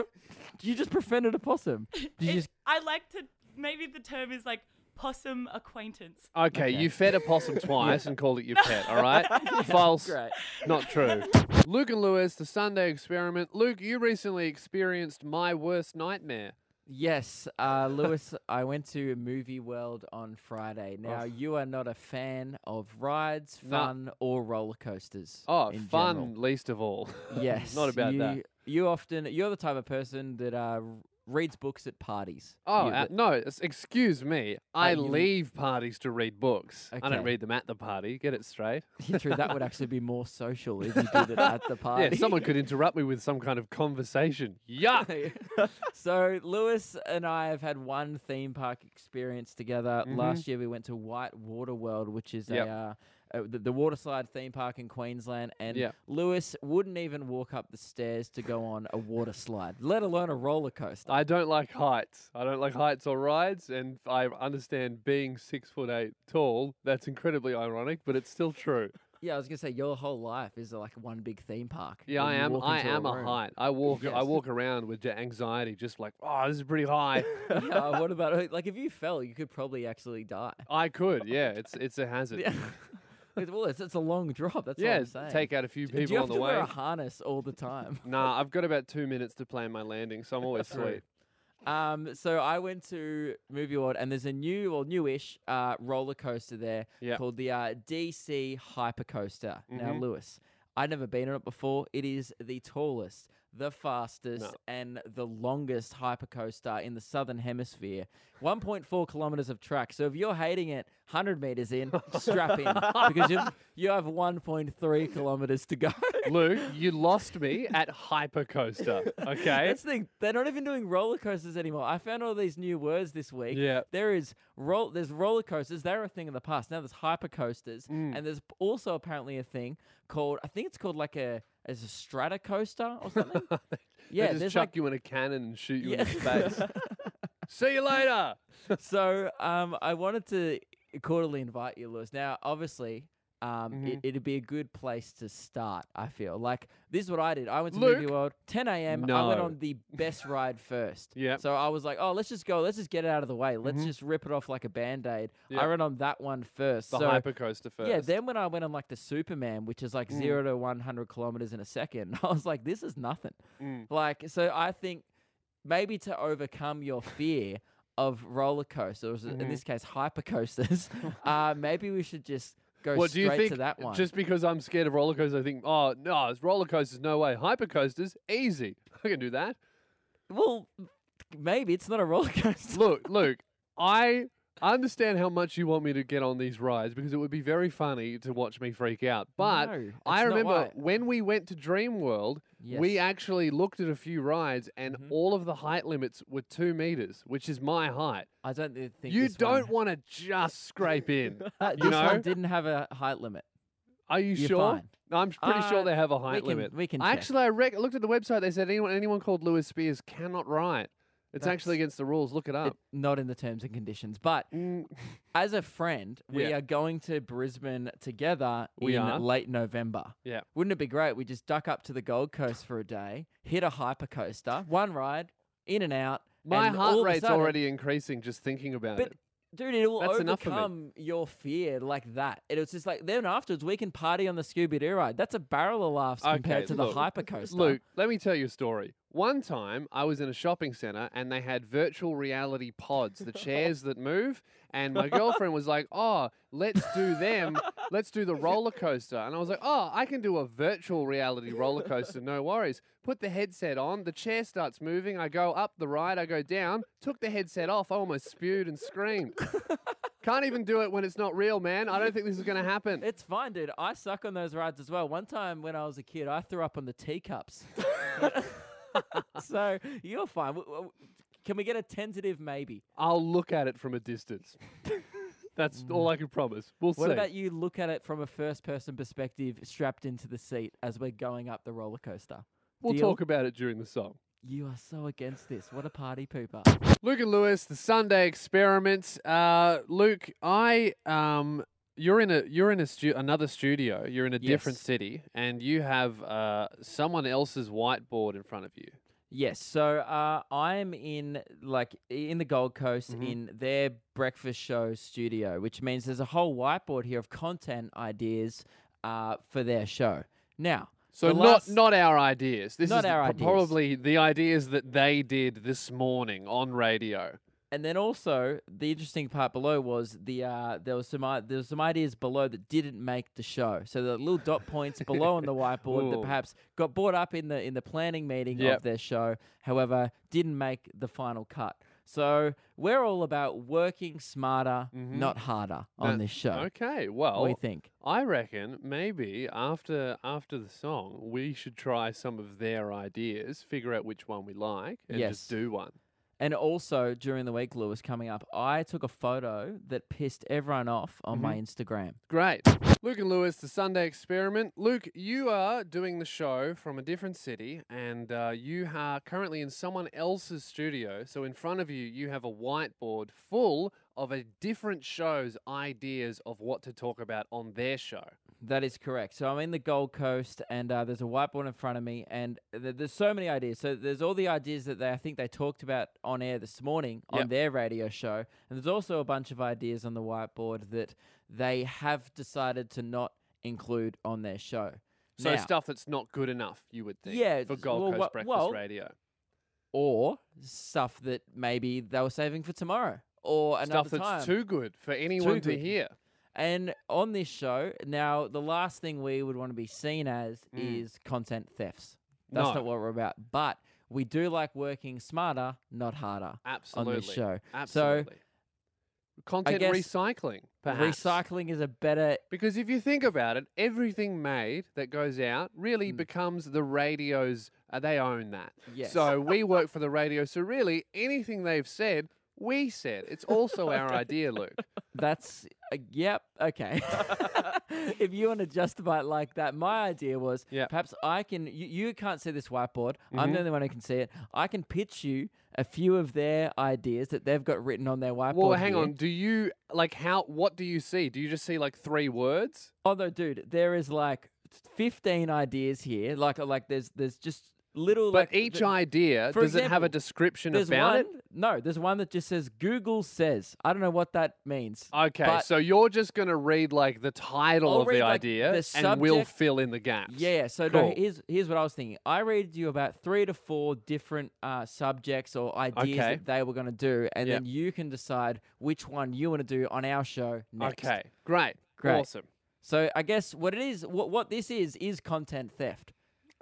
Speaker 2: you just befriended a
Speaker 7: <laughs>
Speaker 2: possum. Did you
Speaker 7: It-
Speaker 2: just
Speaker 7: I like to maybe the term is like possum acquaintance.
Speaker 1: Okay, you fed a possum twice and called it your pet. All
Speaker 7: <laughs>
Speaker 1: right. False.
Speaker 2: great.
Speaker 1: Not true. Luke and Lewis, the Sunday experiment. Luke, you recently experienced my worst nightmare.
Speaker 2: Yes, uh, Lewis, I went to Movie World on Friday. Now, you are not a fan of rides,
Speaker 1: Oh. No.
Speaker 2: fun, or roller coasters.
Speaker 1: Oh,
Speaker 2: in
Speaker 1: fun,
Speaker 2: general.
Speaker 1: least of all. <laughs>
Speaker 2: Yes.
Speaker 1: Not about
Speaker 2: you,
Speaker 1: that.
Speaker 2: You often, you're the type of person that uh, reads books at parties.
Speaker 1: Oh,
Speaker 2: You-
Speaker 1: uh, no, it's- excuse me. I
Speaker 2: you-
Speaker 1: leave parties to read books. I
Speaker 2: Okay.
Speaker 1: don't read them at the party. Get it straight.
Speaker 2: <laughs> true, that would actually be more social if you did it at the party.
Speaker 1: <laughs> Yeah,
Speaker 2: <laughs>
Speaker 1: someone could interrupt me with some kind of conversation. Yuck.
Speaker 2: <laughs> so Lewis and I have had one theme park experience together. Last year we went to White Water World, which is
Speaker 1: Mm-hmm. Yep.
Speaker 2: a, uh, uh, the, the water slide theme park in Queensland. And
Speaker 1: Yep.
Speaker 2: Lewis wouldn't even walk up the stairs to go on a water slide, let alone a roller coaster.
Speaker 1: I don't like heights. I don't like heights or rides, and I understand being six foot eight tall. That's incredibly ironic, but it's still true.
Speaker 2: yeah, I was gonna say your whole life is like one big theme park.
Speaker 1: Yeah,
Speaker 2: when
Speaker 1: I
Speaker 2: you
Speaker 1: am.
Speaker 2: walk
Speaker 1: I
Speaker 2: into
Speaker 1: am a
Speaker 2: room.
Speaker 1: height. I walk. I
Speaker 2: Yes.
Speaker 1: walk around with j- anxiety, just like, oh, this is pretty
Speaker 2: <laughs>
Speaker 1: high.
Speaker 2: <laughs> yeah,
Speaker 1: <laughs>
Speaker 2: what about like if you fell, you could probably actually die.
Speaker 1: I could. Yeah, it's it's a hazard.
Speaker 2: Yeah. well, it's, it's a long drop. That's
Speaker 1: Yeah,
Speaker 2: all I'm saying.
Speaker 1: take out a few
Speaker 2: Do
Speaker 1: people
Speaker 2: you have
Speaker 1: on the
Speaker 2: to
Speaker 1: way.
Speaker 2: wear a harness all the time?
Speaker 1: Nah, I've got about two minutes to plan my landing, so I'm always sweet.
Speaker 2: Um, so I went to Movie World, and there's a new or newish uh, roller coaster there
Speaker 1: Yep.
Speaker 2: called the uh, DC Hypercoaster. Now, Lewis, I've never been on it before. It is the tallest, the fastest and the longest hypercoaster in the southern hemisphere. 1.4 kilometers of track. So if you're hating it, 100 meters in, strap in because you've, you have 1.3 kilometers to go. <laughs>
Speaker 1: Luke, you lost me at
Speaker 2: <laughs>
Speaker 1: hypercoaster. Okay.
Speaker 2: That's the thing. They're not even doing roller coasters anymore. I found all these new words this week.
Speaker 1: Yeah.
Speaker 2: There is roll there's roller coasters. They're a thing in the past. Now there's hyper coasters.
Speaker 1: Mm.
Speaker 2: And there's also apparently a thing called I think it's called like a as a strata coaster or something.
Speaker 1: <laughs> They
Speaker 2: yeah,
Speaker 1: just
Speaker 2: there's
Speaker 1: chuck
Speaker 2: like
Speaker 1: you in a cannon and shoot you in
Speaker 2: Yeah. <laughs>
Speaker 1: the face. See you later.
Speaker 2: so um, I wanted to quarterly invite you, Lewis. Now, obviously, um, it,
Speaker 1: Mhm.
Speaker 2: it'd be a good place to start. I feel like this is what I did. I went to
Speaker 1: Luke?
Speaker 2: Movie World, 10 a.m. I went
Speaker 1: No.
Speaker 2: on the best
Speaker 1: <laughs>
Speaker 2: ride first.
Speaker 1: Yeah.
Speaker 2: So I was like, oh, let's just go. Let's just get it out of the way. Let's
Speaker 1: Mm-hmm.
Speaker 2: just rip it off like a band aid.
Speaker 1: Yeah.
Speaker 2: I went on that one first.
Speaker 1: The
Speaker 2: so,
Speaker 1: hypercoaster first.
Speaker 2: Yeah. Then when I went on like the Superman, which is like
Speaker 1: Mm.
Speaker 2: zero to 100 kilometers in a second, <laughs> I was like, this is nothing.
Speaker 1: Mm.
Speaker 2: Like, so I think maybe to overcome your fear of roller coasters, in
Speaker 1: Mhm.
Speaker 2: this case
Speaker 1: <laughs>
Speaker 2: hyper coasters, uh, maybe we should just go
Speaker 1: what do
Speaker 2: straight
Speaker 1: you think?
Speaker 2: to that one.
Speaker 1: Just because I'm scared of roller coasters, I think, oh no, it's roller coasters, no way. Hypercoasters, easy. I can do that.
Speaker 2: well, maybe it's not a roller
Speaker 1: <laughs>
Speaker 2: coaster.
Speaker 1: Look, Luke, I understand how much you want me to get on these rides because it would be very funny to watch me freak out. But
Speaker 2: No, that's
Speaker 1: I
Speaker 2: not
Speaker 1: remember
Speaker 2: why.
Speaker 1: when we went to Dream World, we
Speaker 2: Yes. Mm-hmm.
Speaker 1: actually looked at a few rides and all of the height limits were two meters, which is my height.
Speaker 2: I don't thi- think
Speaker 1: You
Speaker 2: this one-
Speaker 1: don't
Speaker 2: <laughs>
Speaker 1: want to just scrape in.
Speaker 2: That-
Speaker 1: you
Speaker 2: this
Speaker 1: know?
Speaker 2: one didn't have a height limit.
Speaker 1: Are you
Speaker 2: You're
Speaker 1: sure?
Speaker 2: fine.
Speaker 1: No, I'm pretty
Speaker 2: Uh,
Speaker 1: sure they have a
Speaker 2: we
Speaker 1: height
Speaker 2: can-
Speaker 1: limit.
Speaker 2: we can check.
Speaker 1: Actually, I rec- looked at the website. They said anyone anyone called Lewis Spears cannot ride. It's actually
Speaker 2: That's-
Speaker 1: against the rules. Look it up.
Speaker 2: It- not in the terms and conditions. But as a friend, we
Speaker 1: Mm. Yeah.
Speaker 2: are going to Brisbane together
Speaker 1: We
Speaker 2: in
Speaker 1: are.
Speaker 2: late November.
Speaker 1: Yeah.
Speaker 2: Wouldn't it be great? We just duck up to the Gold Coast for a day, hit a hypercoaster, one ride, in and out.
Speaker 1: My
Speaker 2: and all
Speaker 1: heart
Speaker 2: of a
Speaker 1: rate's
Speaker 2: sudden-
Speaker 1: already increasing just thinking about
Speaker 2: But
Speaker 1: it.
Speaker 2: dude, it will
Speaker 1: That's enough of it.
Speaker 2: overcome your fear like that. It was just like then afterwards we can party on the Scooby Doo ride. That's a barrel of laughs compared
Speaker 1: Okay,
Speaker 2: to
Speaker 1: look,
Speaker 2: the hypercoaster.
Speaker 1: Luke, let me tell you a story. One time I was in a shopping center and they had virtual reality pods, the chairs that move, and my girlfriend was like, "Oh, let's do them. Let's do the roller coaster." And I was like, "Oh, I can do a virtual reality roller coaster, no worries." Put the headset on, the chair starts moving, I go up the ride, I go down, took the headset off, I almost spewed and screamed. Can't even do it when it's not real, man. I don't think this is going to happen.
Speaker 2: It's fine, dude. I suck on those rides as well. One time when I was a kid, I threw up on the teacups. <laughs> so you're fine. W- w- Can we get a tentative maybe?
Speaker 1: I'll look at it from a
Speaker 2: <laughs>
Speaker 1: distance. That's all I can promise. We'll
Speaker 2: Mm. What
Speaker 1: see.
Speaker 2: about you look at it from a first person perspective, strapped into the seat as we're going up the roller coaster?
Speaker 1: we'll
Speaker 2: Deal?
Speaker 1: talk about it during the song.
Speaker 2: You are so against this. What a party pooper.
Speaker 1: Luke and Lewis, the Sunday experiment. Uh, Luke, I um, you're in a you're in a stu- another studio. You're in a different
Speaker 2: Yes.
Speaker 1: city, and you have uh, someone else's whiteboard in front of you.
Speaker 2: Yes, so uh, I'm in like in the Gold Coast
Speaker 1: Mhm.
Speaker 2: in their breakfast show studio, which means there's a whole whiteboard here of content ideas uh, for their show. Now,
Speaker 1: So
Speaker 2: the
Speaker 1: not
Speaker 2: last-
Speaker 1: not our ideas. This
Speaker 2: Not
Speaker 1: is
Speaker 2: our
Speaker 1: pro-
Speaker 2: ideas.
Speaker 1: probably the ideas that they did this morning on radio.
Speaker 2: and then also the interesting part below was the uh, there was some I there was some ideas below that didn't make the show. So the little dot points below
Speaker 1: <laughs>
Speaker 2: on the whiteboard that
Speaker 1: Ooh.
Speaker 2: perhaps got brought up in the in the planning meeting
Speaker 1: Yep.
Speaker 2: of their show, however, didn't make the final cut. So we're all about working smarter, not harder on
Speaker 1: Mm-hmm. That-
Speaker 2: this show.
Speaker 1: Okay, well,
Speaker 2: What do you think?
Speaker 1: I reckon maybe after after the song we should try some of their ideas, figure out which one we like, and
Speaker 2: Yes.
Speaker 1: just do one.
Speaker 2: And also during the week, Lewis coming up, I took a photo that pissed everyone off on
Speaker 1: Mm-hmm.
Speaker 2: my Instagram.
Speaker 1: Great. Luke and Lewis, the Sunday experiment. Luke, you are doing the show from a different city, and uh, you are currently in someone else's studio. So in front of you, you have a whiteboard full of a different show's ideas of what to talk about on their show.
Speaker 2: That is correct. So I'm in the Gold Coast, and uh, there's a whiteboard in front of me, and th- there's so many ideas. So there's all the ideas that they I think they talked about on air this morning on
Speaker 1: Yep.
Speaker 2: their radio show, and there's also a bunch of ideas on the whiteboard that they have decided to not include on their show.
Speaker 1: So
Speaker 2: Now-
Speaker 1: stuff that's not good enough, you would think,
Speaker 2: Yeah,
Speaker 1: for
Speaker 2: it's-
Speaker 1: Gold
Speaker 2: well,
Speaker 1: Coast
Speaker 2: what-
Speaker 1: Breakfast
Speaker 2: well,
Speaker 1: Radio.
Speaker 2: or stuff that maybe they were saving for tomorrow, or another
Speaker 1: stuff that's
Speaker 2: time.
Speaker 1: too good for anyone to
Speaker 2: good.
Speaker 1: hear.
Speaker 2: And on this show, now the last thing we would want to be seen as is content thefts. That's
Speaker 1: Mm. No.
Speaker 2: not what we're about. But we do like working smarter, not harder.
Speaker 1: Absolutely.
Speaker 2: On this show.
Speaker 1: Absolutely. Content
Speaker 2: guess
Speaker 1: recycling,
Speaker 2: So
Speaker 1: perhaps.
Speaker 2: recycling is a better
Speaker 1: Because if you think about it, everything made that goes out really becomes the radio's. Uh, they own that.
Speaker 2: Mm. Yes.
Speaker 1: So we work for the radio. So really, anything they've said, we said. It's also
Speaker 2: <laughs>
Speaker 1: our idea, Luke.
Speaker 2: That's uh, yep. Okay. <laughs> if you want to justify it like that, my idea was perhaps I can. You, you can't see this whiteboard. I'm
Speaker 1: Mhm.
Speaker 2: the only one who can see it. I can pitch you a few of their ideas that they've got written on their whiteboard.
Speaker 1: Well, hang
Speaker 2: here.
Speaker 1: on. Do you like how? What do you see? Do you just see like three words?
Speaker 2: Although, dude, there is like 15 ideas here. Like, uh, like there's there's just little.
Speaker 1: But
Speaker 2: like,
Speaker 1: each
Speaker 2: the-
Speaker 1: idea,
Speaker 2: For
Speaker 1: does it have a
Speaker 2: example,
Speaker 1: description
Speaker 2: there's
Speaker 1: about
Speaker 2: one,
Speaker 1: it?
Speaker 2: No, there's one that just says Google says. I don't know what that means.
Speaker 1: Okay,
Speaker 2: but-
Speaker 1: so you're just going to read like the title
Speaker 2: I'll
Speaker 1: of the
Speaker 2: read, like,
Speaker 1: idea,
Speaker 2: the
Speaker 1: and we'll
Speaker 2: subject-
Speaker 1: fill in the gaps.
Speaker 2: Yeah. So
Speaker 1: cool.
Speaker 2: no, here's here's what I was thinking. I read you about three to four different uh, subjects or ideas
Speaker 1: Okay.
Speaker 2: that they were going to do, and
Speaker 1: Yep.
Speaker 2: then you can decide which one you want to do on our show next.
Speaker 1: Okay, great,
Speaker 2: Great.
Speaker 1: awesome.
Speaker 2: So I guess what it is, what what this is, is content theft.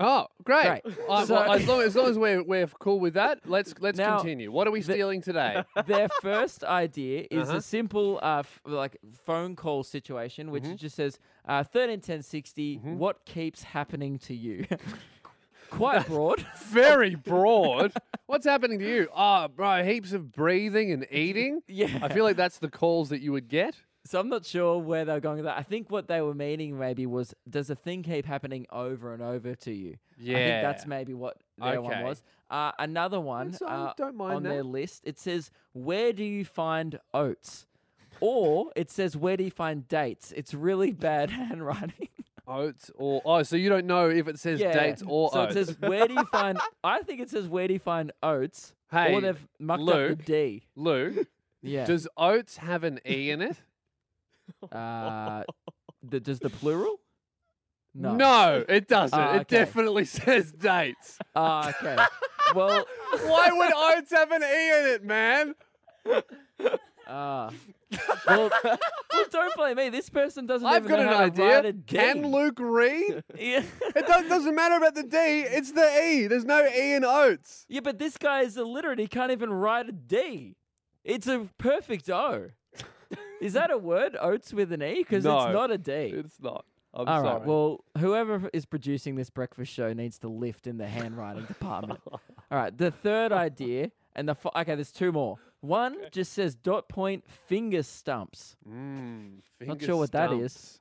Speaker 1: Oh, great!
Speaker 2: Great.
Speaker 1: Uh,
Speaker 2: So-
Speaker 1: well, as long as, long as we're, we're cool with that, let's let's
Speaker 2: Now,
Speaker 1: continue. What are we
Speaker 2: the-
Speaker 1: stealing
Speaker 2: <laughs>
Speaker 1: today?
Speaker 2: Their first idea is
Speaker 1: Uh-huh.
Speaker 2: a simple, uh, f- like phone call situation,
Speaker 1: Mm-hmm.
Speaker 2: which just says uh, thirteen ten sixty. What keeps happening to you? <laughs> Quite broad. <laughs>
Speaker 1: Very broad. <laughs> What's happening to you? Oh, bro, heaps of breathing and eating.
Speaker 2: <laughs> Yeah.
Speaker 1: I feel like that's the calls that you would get.
Speaker 2: So I'm not sure where they were going with that. I think what they were meaning maybe was, does the thing keep happening over and over to you? I think that's
Speaker 1: Yeah.
Speaker 2: maybe what their one
Speaker 1: Okay.
Speaker 2: was. Uh, another one
Speaker 1: That's all right,
Speaker 2: uh,
Speaker 1: don't mind
Speaker 2: on their
Speaker 1: that.
Speaker 2: list, it says, where do you find oats? Or it says, where do you find dates? It's really <laughs> bad handwriting.
Speaker 1: Oats or oh, so you don't know if it says dates or
Speaker 2: So
Speaker 1: oats.
Speaker 2: it says, where
Speaker 1: <laughs>
Speaker 2: do you find, I think it says, where do you find oats?
Speaker 1: Hey,
Speaker 2: or they've mucked up
Speaker 1: Luke.
Speaker 2: the D.
Speaker 1: Lou,
Speaker 2: <laughs> Yeah.
Speaker 1: does oats have an e in it?
Speaker 2: Uh, the, does the plural?
Speaker 1: No, it doesn't.
Speaker 2: Ah,
Speaker 1: It
Speaker 2: okay.
Speaker 1: definitely <laughs> says dates.
Speaker 2: Ah, okay.
Speaker 1: <laughs>
Speaker 2: well,
Speaker 1: Why
Speaker 2: <laughs>
Speaker 1: would oats have an e in it, man?
Speaker 2: ah. well, well, don't blame me. This person doesn't
Speaker 1: I've
Speaker 2: even
Speaker 1: got
Speaker 2: know
Speaker 1: an
Speaker 2: how to write
Speaker 1: idea.
Speaker 2: a D.
Speaker 1: Can Luke read?
Speaker 2: <laughs> yeah.
Speaker 1: It do- doesn't matter about the D. It's the E. There's no E in oats.
Speaker 2: yeah, but this guy is illiterate. He can't even write a D. It's a perfect O. Is that a word, oats with an E? Because
Speaker 1: No,
Speaker 2: it's not a D.
Speaker 1: It's not. I'm
Speaker 2: All
Speaker 1: sorry.
Speaker 2: right. Well, whoever is producing this breakfast show needs to lift in the handwriting
Speaker 1: <laughs>
Speaker 2: department. All right. The third idea, and the fi- okay, there's two more. One just says dot point finger stumps.
Speaker 1: Mm,
Speaker 2: Not
Speaker 1: finger
Speaker 2: sure what that
Speaker 1: stumps.
Speaker 2: is.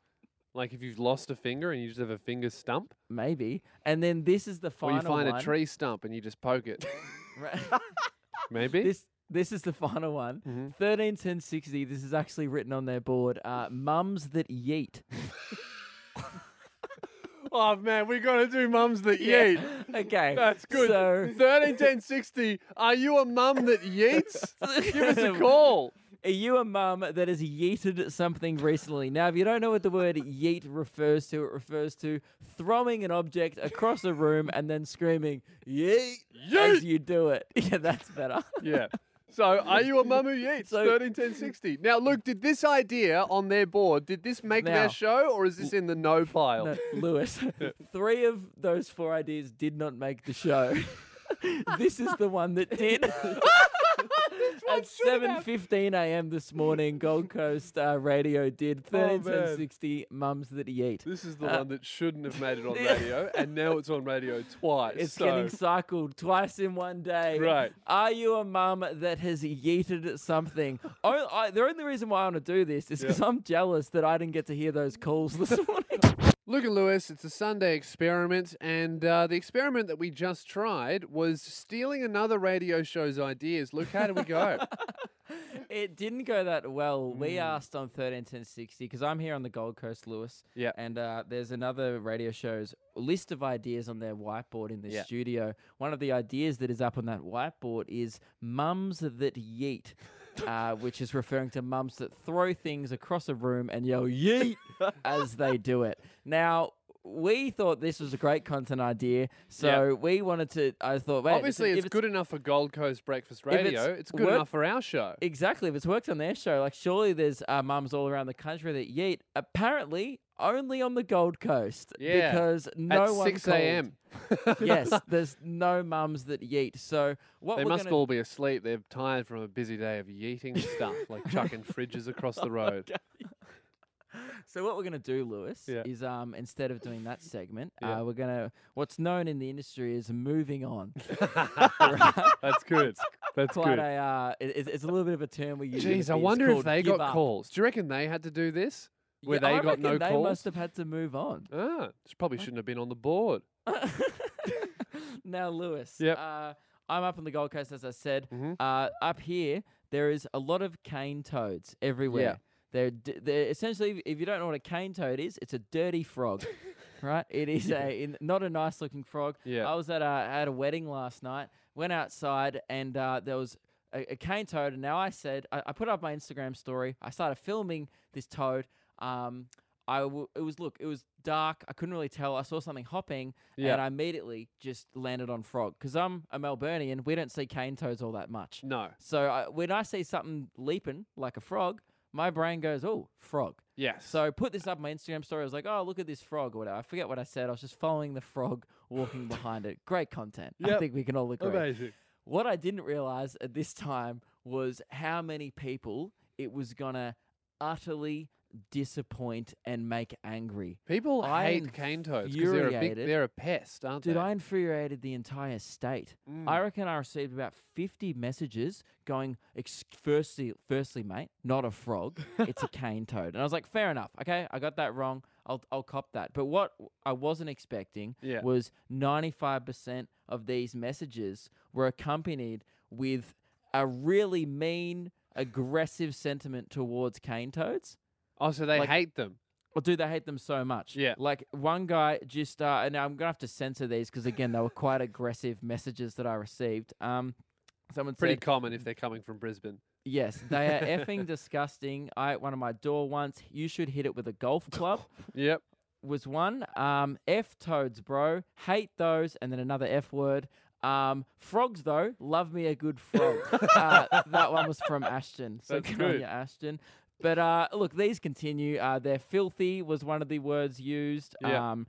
Speaker 1: Like if you've lost a finger and you just have a finger stump,
Speaker 2: Maybe. And then this is the final
Speaker 1: or you find
Speaker 2: one.
Speaker 1: a tree stump and you just poke it.
Speaker 2: <laughs> Right.
Speaker 1: <laughs> Maybe.
Speaker 2: this this is the final one.
Speaker 1: Mm-hmm.
Speaker 2: Thirteen ten sixty. This is actually written on their board. Uh, mums that yeet. <laughs>
Speaker 1: oh man, we gotta do mums
Speaker 2: <laughs>
Speaker 1: that yeet.
Speaker 2: okay.
Speaker 1: That's good.
Speaker 2: So
Speaker 1: Thirteen ten sixty. Are you a mum that
Speaker 2: <laughs>
Speaker 1: yeets? <laughs> Give us a call.
Speaker 2: Are you a mum that has yeeted something recently? Now, if you don't know what the word yeet refers to, it refers to throwing an object across a room and then screaming yeet, as you do it. <laughs> Yeah, that's better.
Speaker 1: Yeah. So, are you a mum who yeets?
Speaker 2: So-
Speaker 1: Thirteen ten sixty. Now, Luke, did this idea on their board? Did this make
Speaker 2: Now-
Speaker 1: their show, or is this in the no pile?
Speaker 2: No, Lewis, three of those four ideas did not make the show. this is the one that did. <laughs> At 7:15 a.m. this morning, Gold Coast uh, radio did
Speaker 1: man.
Speaker 2: 1360 mums that eat.
Speaker 1: This is the
Speaker 2: Uh,
Speaker 1: one that shouldn't have made it
Speaker 2: <laughs>
Speaker 1: on
Speaker 2: yeah.
Speaker 1: radio, and now it's on radio twice.
Speaker 2: It's
Speaker 1: so
Speaker 2: getting cycled twice in one day.
Speaker 1: Right.
Speaker 2: Are you a mum that has yeeted something? <laughs> oh, I, the only reason why I want to do this is because I'm jealous that I didn't get to hear those calls this <laughs> morning.
Speaker 1: Luke and Lewis, it's a Sunday experiment, and uh, the experiment that we just tried was stealing another radio show's ideas. Luke, how did we
Speaker 2: <laughs>
Speaker 1: go?
Speaker 2: it didn't go that well.
Speaker 1: Hmm.
Speaker 2: We asked on thirteen ten sixty because I'm here on the Gold Coast, Lewis.
Speaker 1: Yeah.
Speaker 2: And uh, there's another radio show's list of ideas on their whiteboard in the
Speaker 1: Yeah.
Speaker 2: studio. One of the ideas that is up on that whiteboard is mums
Speaker 1: <laughs>
Speaker 2: that yeet. Uh, which is referring to
Speaker 1: <laughs>
Speaker 2: mums that throw things across a room and yell yeet as they do it. Now, we thought this was a great content idea, so we wanted to. I thought, wait,
Speaker 1: Obviously,
Speaker 2: if
Speaker 1: it's, good enough for Gold Coast Breakfast
Speaker 2: if
Speaker 1: Radio. It's, good
Speaker 2: work-
Speaker 1: enough for our show.
Speaker 2: Exactly. If it's worked on their show, like surely there's uh, mums all around the country that yeet. Apparently, only on the Gold Coast.
Speaker 1: Yeah.
Speaker 2: Because no
Speaker 1: At
Speaker 2: one.
Speaker 1: 6
Speaker 2: called.
Speaker 1: a.m.
Speaker 2: <laughs>
Speaker 1: <laughs>
Speaker 2: yes, there's no mums that yeet. So what
Speaker 1: They
Speaker 2: we're
Speaker 1: must
Speaker 2: gonna...
Speaker 1: all be asleep. They're tired from a busy day of yeeting stuff, like chucking fridges across
Speaker 2: <laughs> Oh,
Speaker 1: the road.
Speaker 2: So what we're gonna do, Lewis,
Speaker 1: Yeah.
Speaker 2: is um instead of doing that segment,
Speaker 1: Yeah.
Speaker 2: uh, we're gonna what's known in the industry is moving on.
Speaker 1: <laughs> That's
Speaker 2: <laughs>
Speaker 1: good. That's
Speaker 2: Quite
Speaker 1: good.
Speaker 2: a uh, it, it's- it's a little bit of a term we use. in the biz
Speaker 1: Jeez, I wonder if
Speaker 2: called
Speaker 1: they
Speaker 2: give
Speaker 1: got
Speaker 2: up.
Speaker 1: calls. Do you reckon they had to do this? Where
Speaker 2: Yeah, I
Speaker 1: they got no
Speaker 2: reckon they
Speaker 1: calls?
Speaker 2: must have had to move on.
Speaker 1: Ah, she probably shouldn't have been on the board.
Speaker 2: now, Lewis.
Speaker 1: Yep. Mm-hmm.
Speaker 2: Uh, I'm up on the Gold Coast, as I said. Uh, up here, there is a lot of cane toads everywhere. They're, d- they're essentially, if you don't know what a cane toad is, it's a
Speaker 1: <laughs>
Speaker 2: dirty frog, right? It is a in, not a nice looking frog.
Speaker 1: Yeah.
Speaker 2: I was at a at a wedding last night. Went outside and uh, there was a, a cane toad. And now I said, I, I put up my Instagram story. I started filming this toad. Um, I w- it was look, it was dark. I couldn't really tell. I saw something hopping,
Speaker 1: Yeah.
Speaker 2: and I immediately just landed on frog because I'm a Melburnian. We don't see cane toads all that much.
Speaker 1: No.
Speaker 2: So I, when I see something leaping like a frog, my brain goes, "Oh, frog."
Speaker 1: Yes.
Speaker 2: So I put this up on my Instagram story. I was like, "Oh, look at this frog," or whatever. I forget what I said. I was just following the frog walking behind it. Great content. I
Speaker 1: Yep.
Speaker 2: think we can all agree.
Speaker 1: Amazing.
Speaker 2: What I didn't realize at this time was how many people it was gonna utterly disappoint and make angry.
Speaker 1: People
Speaker 2: I
Speaker 1: hate cane toads because they're a big,
Speaker 2: infuriated.
Speaker 1: they're a pest, aren't
Speaker 2: Dude,
Speaker 1: they? Mm.
Speaker 2: I infuriated the entire state. I reckon I received about 50 messages going, "Ex- firstly, firstly, mate, not a frog,
Speaker 1: <laughs>
Speaker 2: it's a cane toad. And I was like, fair enough. Okay, I got that wrong. I'll, I'll cop that. But what w- I wasn't expecting
Speaker 1: Yeah.
Speaker 2: was 95% of these messages were accompanied with a really mean, aggressive sentiment towards cane toads.
Speaker 1: oh, so they
Speaker 2: like-
Speaker 1: hate them.
Speaker 2: Well, do they hate them so much?
Speaker 1: Yeah.
Speaker 2: Like one guy just, uh, and I'm gonna have to censor these because again, they were quite aggressive messages that I received. Um, someone
Speaker 1: Pretty
Speaker 2: said,
Speaker 1: common if they're coming from Brisbane.
Speaker 2: "Yes, they
Speaker 1: <laughs>
Speaker 2: are effing disgusting." I at one of my door once. You should hit it with a golf club.
Speaker 1: Yep.
Speaker 2: was one. Um, F toads, bro. Hate those, and then another F word. Um, frogs though, love me a
Speaker 1: <laughs>
Speaker 2: good frog. uh, that one was from Ashton. So
Speaker 1: That's
Speaker 2: good, on
Speaker 1: good.
Speaker 2: you, Ashton. But uh, look, these continue. Uh, they're filthy was one of the words used.
Speaker 1: Yeah.
Speaker 2: Um,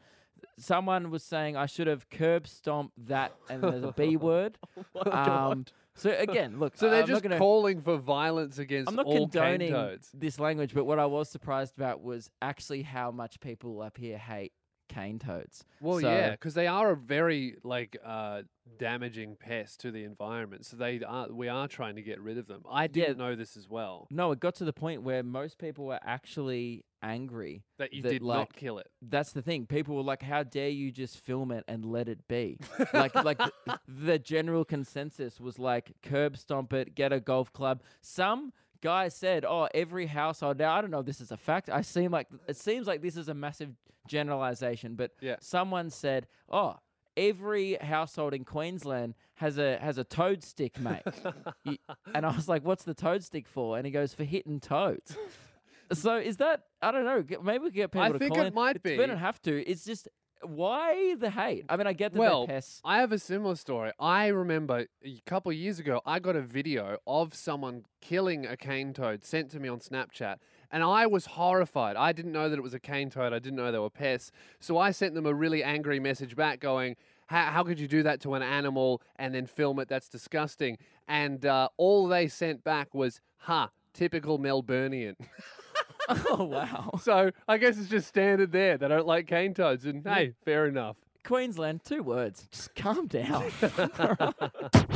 Speaker 2: someone was saying I should have curb stomped that, and there's a
Speaker 1: <laughs>
Speaker 2: B word. um, so again, look.
Speaker 1: So they're
Speaker 2: Uh, I'm not
Speaker 1: just
Speaker 2: gonna,
Speaker 1: calling for violence against
Speaker 2: I'm not
Speaker 1: all cane
Speaker 2: condoning
Speaker 1: toads.
Speaker 2: this language, but what I was surprised about was actually how much people up here hate cane toads.
Speaker 1: Well, yeah,
Speaker 2: So-
Speaker 1: 'cause yeah, because they are a very like uh, damaging pest to the environment. So they are we are trying to get rid of them. I didn't know this as well.
Speaker 2: No, it got to the point where most people were actually angry.
Speaker 1: That you
Speaker 2: that,
Speaker 1: did
Speaker 2: like,
Speaker 1: not kill it.
Speaker 2: That's the thing. People were like, "How dare you just film it and let it be?" like, like th- the general consensus was like, "Curb stomp it, get a golf club." Some guy said, "Oh, every household." Now I don't know if this is a fact. I seem like it seems like this is a massive generalization, but
Speaker 1: Yeah.
Speaker 2: someone said, "Oh." Every household in Queensland has a has a toad stick, mate. You-
Speaker 1: <laughs>
Speaker 2: and I was like, "What's the toad stick for?" And he goes, "For
Speaker 1: <laughs>
Speaker 2: hitting toads." So is that I don't know. g- Maybe we can get people
Speaker 1: I
Speaker 2: to
Speaker 1: think
Speaker 2: call
Speaker 1: it
Speaker 2: in.
Speaker 1: might
Speaker 2: It's-
Speaker 1: be.
Speaker 2: We don't have to. It's just why the hate? I mean, I get that
Speaker 1: Well,
Speaker 2: they're
Speaker 1: <laughs>
Speaker 2: pests.
Speaker 1: I have a similar story. I remember a couple of years ago, I got a video of someone killing a cane toad sent to me on Snapchat, and I was horrified. I didn't know that it was a cane toad. I didn't know they were pests. So I sent them a really angry message back going, how, how could you do that to an animal and then film it? That's disgusting. And uh, all they sent back was, ha, typical Melburnian. <laughs>
Speaker 2: oh wow,
Speaker 1: so I guess it's just standard there. They don't like cane toads, and hey, fair enough.
Speaker 2: Queensland, two words. Just
Speaker 1: <laughs>
Speaker 2: calm down.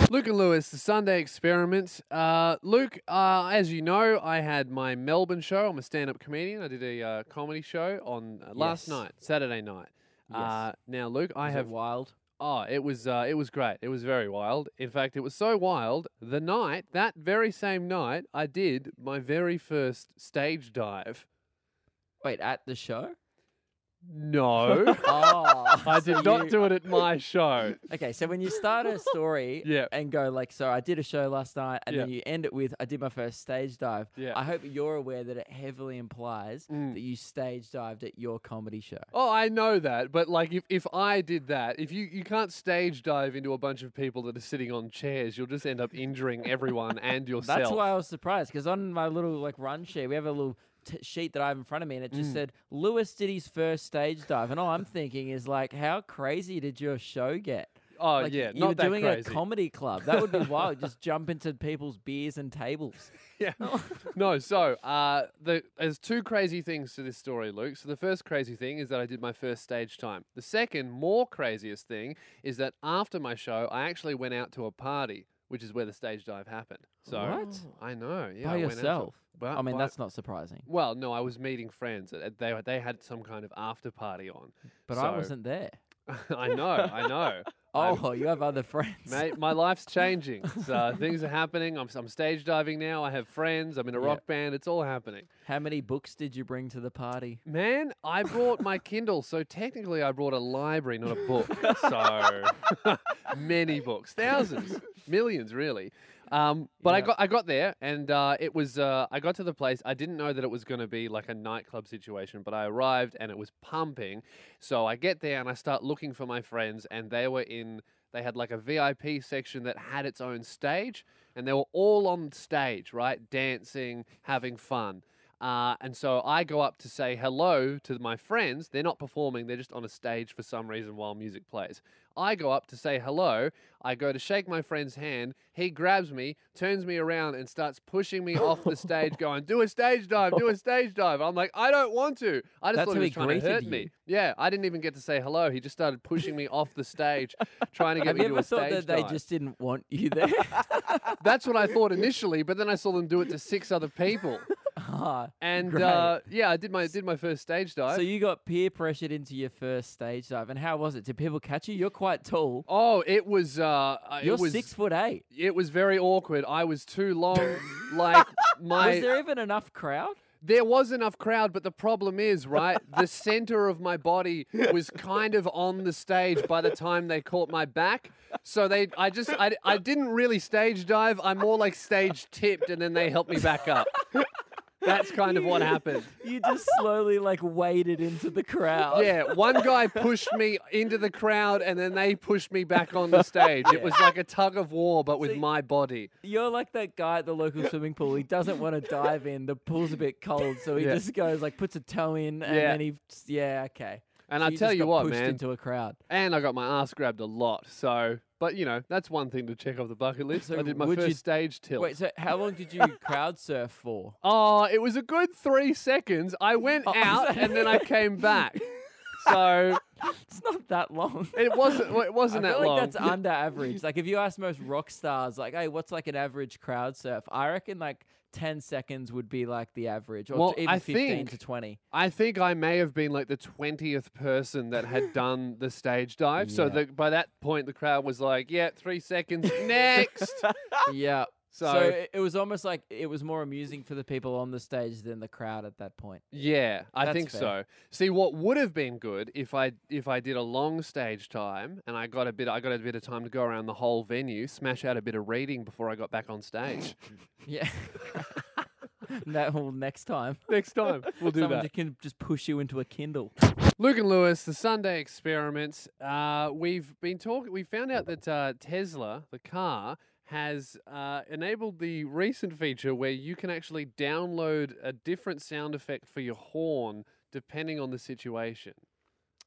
Speaker 1: Luke and Lewis, the Sunday experiments. Uh, Luke, uh, as you know, I had my Melbourne show. I'm a stand up comedian. I did a uh, comedy show on uh, last
Speaker 2: Yes.
Speaker 1: night, Saturday night. Uh, now, Luke, I
Speaker 2: Was it
Speaker 1: have.
Speaker 2: wild.
Speaker 1: Oh, it was uh, it was great. It was very wild. In fact, it was so wild. The night, that very same night, I did my very first stage dive. <laughs>
Speaker 2: Wait, at the show? <laughs>
Speaker 1: No.
Speaker 2: Oh,
Speaker 1: I
Speaker 2: so
Speaker 1: did not
Speaker 2: you-
Speaker 1: do it at my show.
Speaker 2: Okay, so when you start a story
Speaker 1: <laughs> Yeah.
Speaker 2: and go like, so I did a show last night, and then
Speaker 1: Yeah.
Speaker 2: you end it with, I did my first stage dive.
Speaker 1: Yeah.
Speaker 2: I hope you're aware that it heavily implies
Speaker 1: Mm.
Speaker 2: that you stage dived at your comedy show.
Speaker 1: Oh, I know that, but like if, if I did that, if you, you can't stage dive into a bunch of people that are sitting on chairs, you'll just end up injuring everyone and yourself.
Speaker 2: <laughs> That's why I was surprised because on my little like run sheet, we have a little t- sheet that I have in front of me, and it
Speaker 1: Mm.
Speaker 2: just said Lewis did his first stage dive, and all I'm thinking is like, how crazy did your show get?
Speaker 1: Oh,
Speaker 2: Like,
Speaker 1: yeah,
Speaker 2: you
Speaker 1: not
Speaker 2: were
Speaker 1: that
Speaker 2: doing
Speaker 1: crazy.
Speaker 2: a comedy club. That
Speaker 1: <laughs>
Speaker 2: would be wild. just jump into people's beers and tables.
Speaker 1: yeah. no, so uh, the, there's two crazy things to this story, Luke. So the first crazy thing is that I did my first stage time. The second, more craziest thing is that after my show, I actually went out to a party, which is where the stage dive happened. So
Speaker 2: What?
Speaker 1: I know. Yeah, I
Speaker 2: by
Speaker 1: went out to-
Speaker 2: yourself.
Speaker 1: Well,
Speaker 2: I mean,
Speaker 1: by-
Speaker 2: that's not surprising.
Speaker 1: Well, no, I was meeting friends. uh, They they had some kind of after party on,
Speaker 2: But
Speaker 1: So-
Speaker 2: I wasn't there.
Speaker 1: <laughs> I know, I
Speaker 2: <laughs>
Speaker 1: know. I'm-
Speaker 2: Oh, you have other
Speaker 1: <laughs>
Speaker 2: friends.
Speaker 1: Mate, my life's changing. So things are happening. I'm, I'm stage diving now. I have friends. I'm in a
Speaker 2: Yeah.
Speaker 1: rock band. It's all happening.
Speaker 2: How many books did you bring to the party?
Speaker 1: Man, I brought my Kindle, so technically I brought a library, not a book. So <laughs> many books, thousands, millions, really. Um, but I
Speaker 2: Yeah.
Speaker 1: got I got there, and uh, it was uh, I got to the place. I didn't know that it was going to be like a nightclub situation, but I arrived and it was pumping. So I get there and I start looking for my friends, and they were in. They had like a VIP section that had its own stage, and they were all on stage, right, dancing, having fun. Uh, and so I go up to say hello to my friends. They're not performing, they're just on a stage for some reason while music plays. I go up to say hello. I go to shake my friend's hand. He grabs me, turns me around, and starts pushing me off the
Speaker 2: <laughs>
Speaker 1: stage, going, Do a stage dive, do a stage dive. I'm like, I don't want to. I just
Speaker 2: That's
Speaker 1: thought
Speaker 2: how
Speaker 1: he was
Speaker 2: he
Speaker 1: trying to
Speaker 2: greeted
Speaker 1: hurt
Speaker 2: you.
Speaker 1: me. Yeah, I didn't even get to say hello. He just started pushing me off the stage, trying to
Speaker 2: <laughs>
Speaker 1: get
Speaker 2: Have
Speaker 1: me
Speaker 2: you
Speaker 1: to
Speaker 2: ever
Speaker 1: a
Speaker 2: thought
Speaker 1: stage
Speaker 2: that they
Speaker 1: dive.
Speaker 2: just didn't want you there?
Speaker 1: <laughs> That's what I
Speaker 2: <laughs>
Speaker 1: thought initially, but then I saw them do it to six other people.
Speaker 2: Ah,
Speaker 1: And
Speaker 2: great.
Speaker 1: uh, yeah, I did my did my first stage dive.
Speaker 2: so you got peer pressured into your first stage dive, and how was it? Did people catch you? You're quite tall.
Speaker 1: oh, it was uh, uh,
Speaker 2: You're
Speaker 1: it was
Speaker 2: six foot eight.
Speaker 1: it was very awkward. I was too
Speaker 2: <laughs>
Speaker 1: long. like my
Speaker 2: was there even enough crowd?
Speaker 1: There was enough crowd, but the problem is, right?
Speaker 2: <laughs>
Speaker 1: the center of my body was kind of on the stage by the time they caught my back. So they, I just, I, I didn't really stage dive. I more like stage tipped, and then they helped me back
Speaker 2: <laughs>
Speaker 1: up. That's kind of what happened. <laughs>
Speaker 2: You just slowly like waded into the crowd.
Speaker 1: Yeah, one guy pushed me into the crowd, and then they pushed me back on the stage. It was like a tug of war, but with
Speaker 2: See-
Speaker 1: my body.
Speaker 2: You're like that guy at the local swimming pool. He doesn't want to dive in. The pool's a bit cold, so he
Speaker 1: Yeah.
Speaker 2: just goes like puts a toe in, and
Speaker 1: Yeah.
Speaker 2: then he yeah okay.
Speaker 1: And
Speaker 2: So
Speaker 1: I
Speaker 2: you
Speaker 1: tell
Speaker 2: just
Speaker 1: you
Speaker 2: got
Speaker 1: what,
Speaker 2: pushed
Speaker 1: man.
Speaker 2: into a crowd.
Speaker 1: And I got my ass grabbed a lot. So, but you know, that's one thing to check off the bucket list.
Speaker 2: So
Speaker 1: I did my
Speaker 2: would
Speaker 1: first
Speaker 2: you-
Speaker 1: stage tilt.
Speaker 2: Wait, so how long did you crowd surf
Speaker 1: <laughs>
Speaker 2: for?
Speaker 1: Oh, it was a good three seconds. I went
Speaker 2: Oh, <laughs>
Speaker 1: out
Speaker 2: so-
Speaker 1: and then I came
Speaker 2: <laughs>
Speaker 1: back. So
Speaker 2: It's not that long.
Speaker 1: it wasn't. well, It wasn't
Speaker 2: I
Speaker 1: that
Speaker 2: feel
Speaker 1: long.
Speaker 2: like that's under average. Like if you ask most rock stars, like, hey, what's like an average crowd surf? I reckon like ten seconds would be like the average, or t-
Speaker 1: Well,
Speaker 2: even
Speaker 1: I
Speaker 2: fifteen to
Speaker 1: think- <laughs>
Speaker 2: twenty.
Speaker 1: I think I may have been like the twentieth person that
Speaker 2: <laughs>
Speaker 1: had done the stage dive. So
Speaker 2: Yeah.
Speaker 1: the, by that point, the crowd was like, "Yeah, three
Speaker 2: <laughs>
Speaker 1: seconds next."
Speaker 2: yeah. So,
Speaker 1: So-
Speaker 2: it, it was almost like it was more amusing for the people on the stage than the crowd at that point.
Speaker 1: Yeah, I
Speaker 2: That's
Speaker 1: think so.
Speaker 2: fair.
Speaker 1: See, what would have been good if I if I did a long stage time and I got a bit I got a bit of time to go around the whole venue, smash out a bit of reading before I got back on stage.
Speaker 2: Yeah. that will <laughs> next time.
Speaker 1: Next time we'll do
Speaker 2: Someone
Speaker 1: that.
Speaker 2: ju- can just push you into a Kindle.
Speaker 1: Luke and Lewis, the Sunday experiments. Uh, we've been talking. We found out that uh, Tesla, the car, has uh, enabled the recent feature where you can actually download a different sound effect for your horn depending on the situation.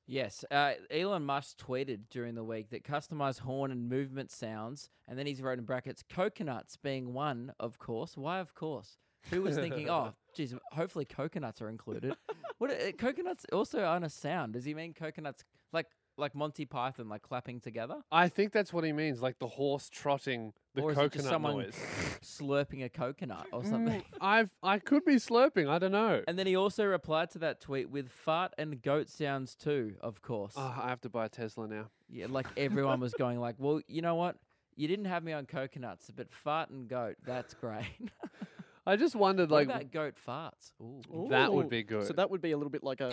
Speaker 2: Yes, uh, Elon Musk tweeted during the week that customized horn and movement sounds, and then he's wrote in brackets, coconuts being one, of course. Why, of course? Who was thinking, oh,
Speaker 1: <laughs>
Speaker 2: geez, hopefully coconuts are included. what uh, coconuts also aren't a sound? Does he mean coconuts like like Monty Python, like clapping together,
Speaker 1: I think that's what he means, like the horse trotting the
Speaker 2: or is
Speaker 1: coconut
Speaker 2: it just someone
Speaker 1: noise. <laughs>
Speaker 2: <laughs> slurping a coconut or something?
Speaker 1: I've I could be slurping. I don't know.
Speaker 2: And then he also replied to that tweet with fart and goat sounds too, of course.
Speaker 1: Oh, I have to buy a Tesla now.
Speaker 2: Yeah, like everyone was going like, well, you know what? You didn't have me on coconuts, but fart and goat, that's great. <laughs>
Speaker 1: I just wondered,
Speaker 2: like
Speaker 1: like,
Speaker 2: what about goat farts? Ooh.
Speaker 1: that would
Speaker 5: Ooh.
Speaker 1: be good.
Speaker 5: So that would be a little bit like a.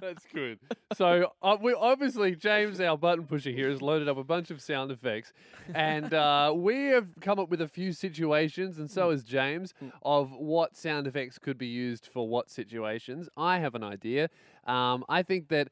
Speaker 1: That's good. So uh, we obviously James, our button pusher here, has loaded up a bunch of sound effects, and uh, we have come up with a few situations, and so has James, of what sound effects could be used for what situations. I have an idea. Um, I think that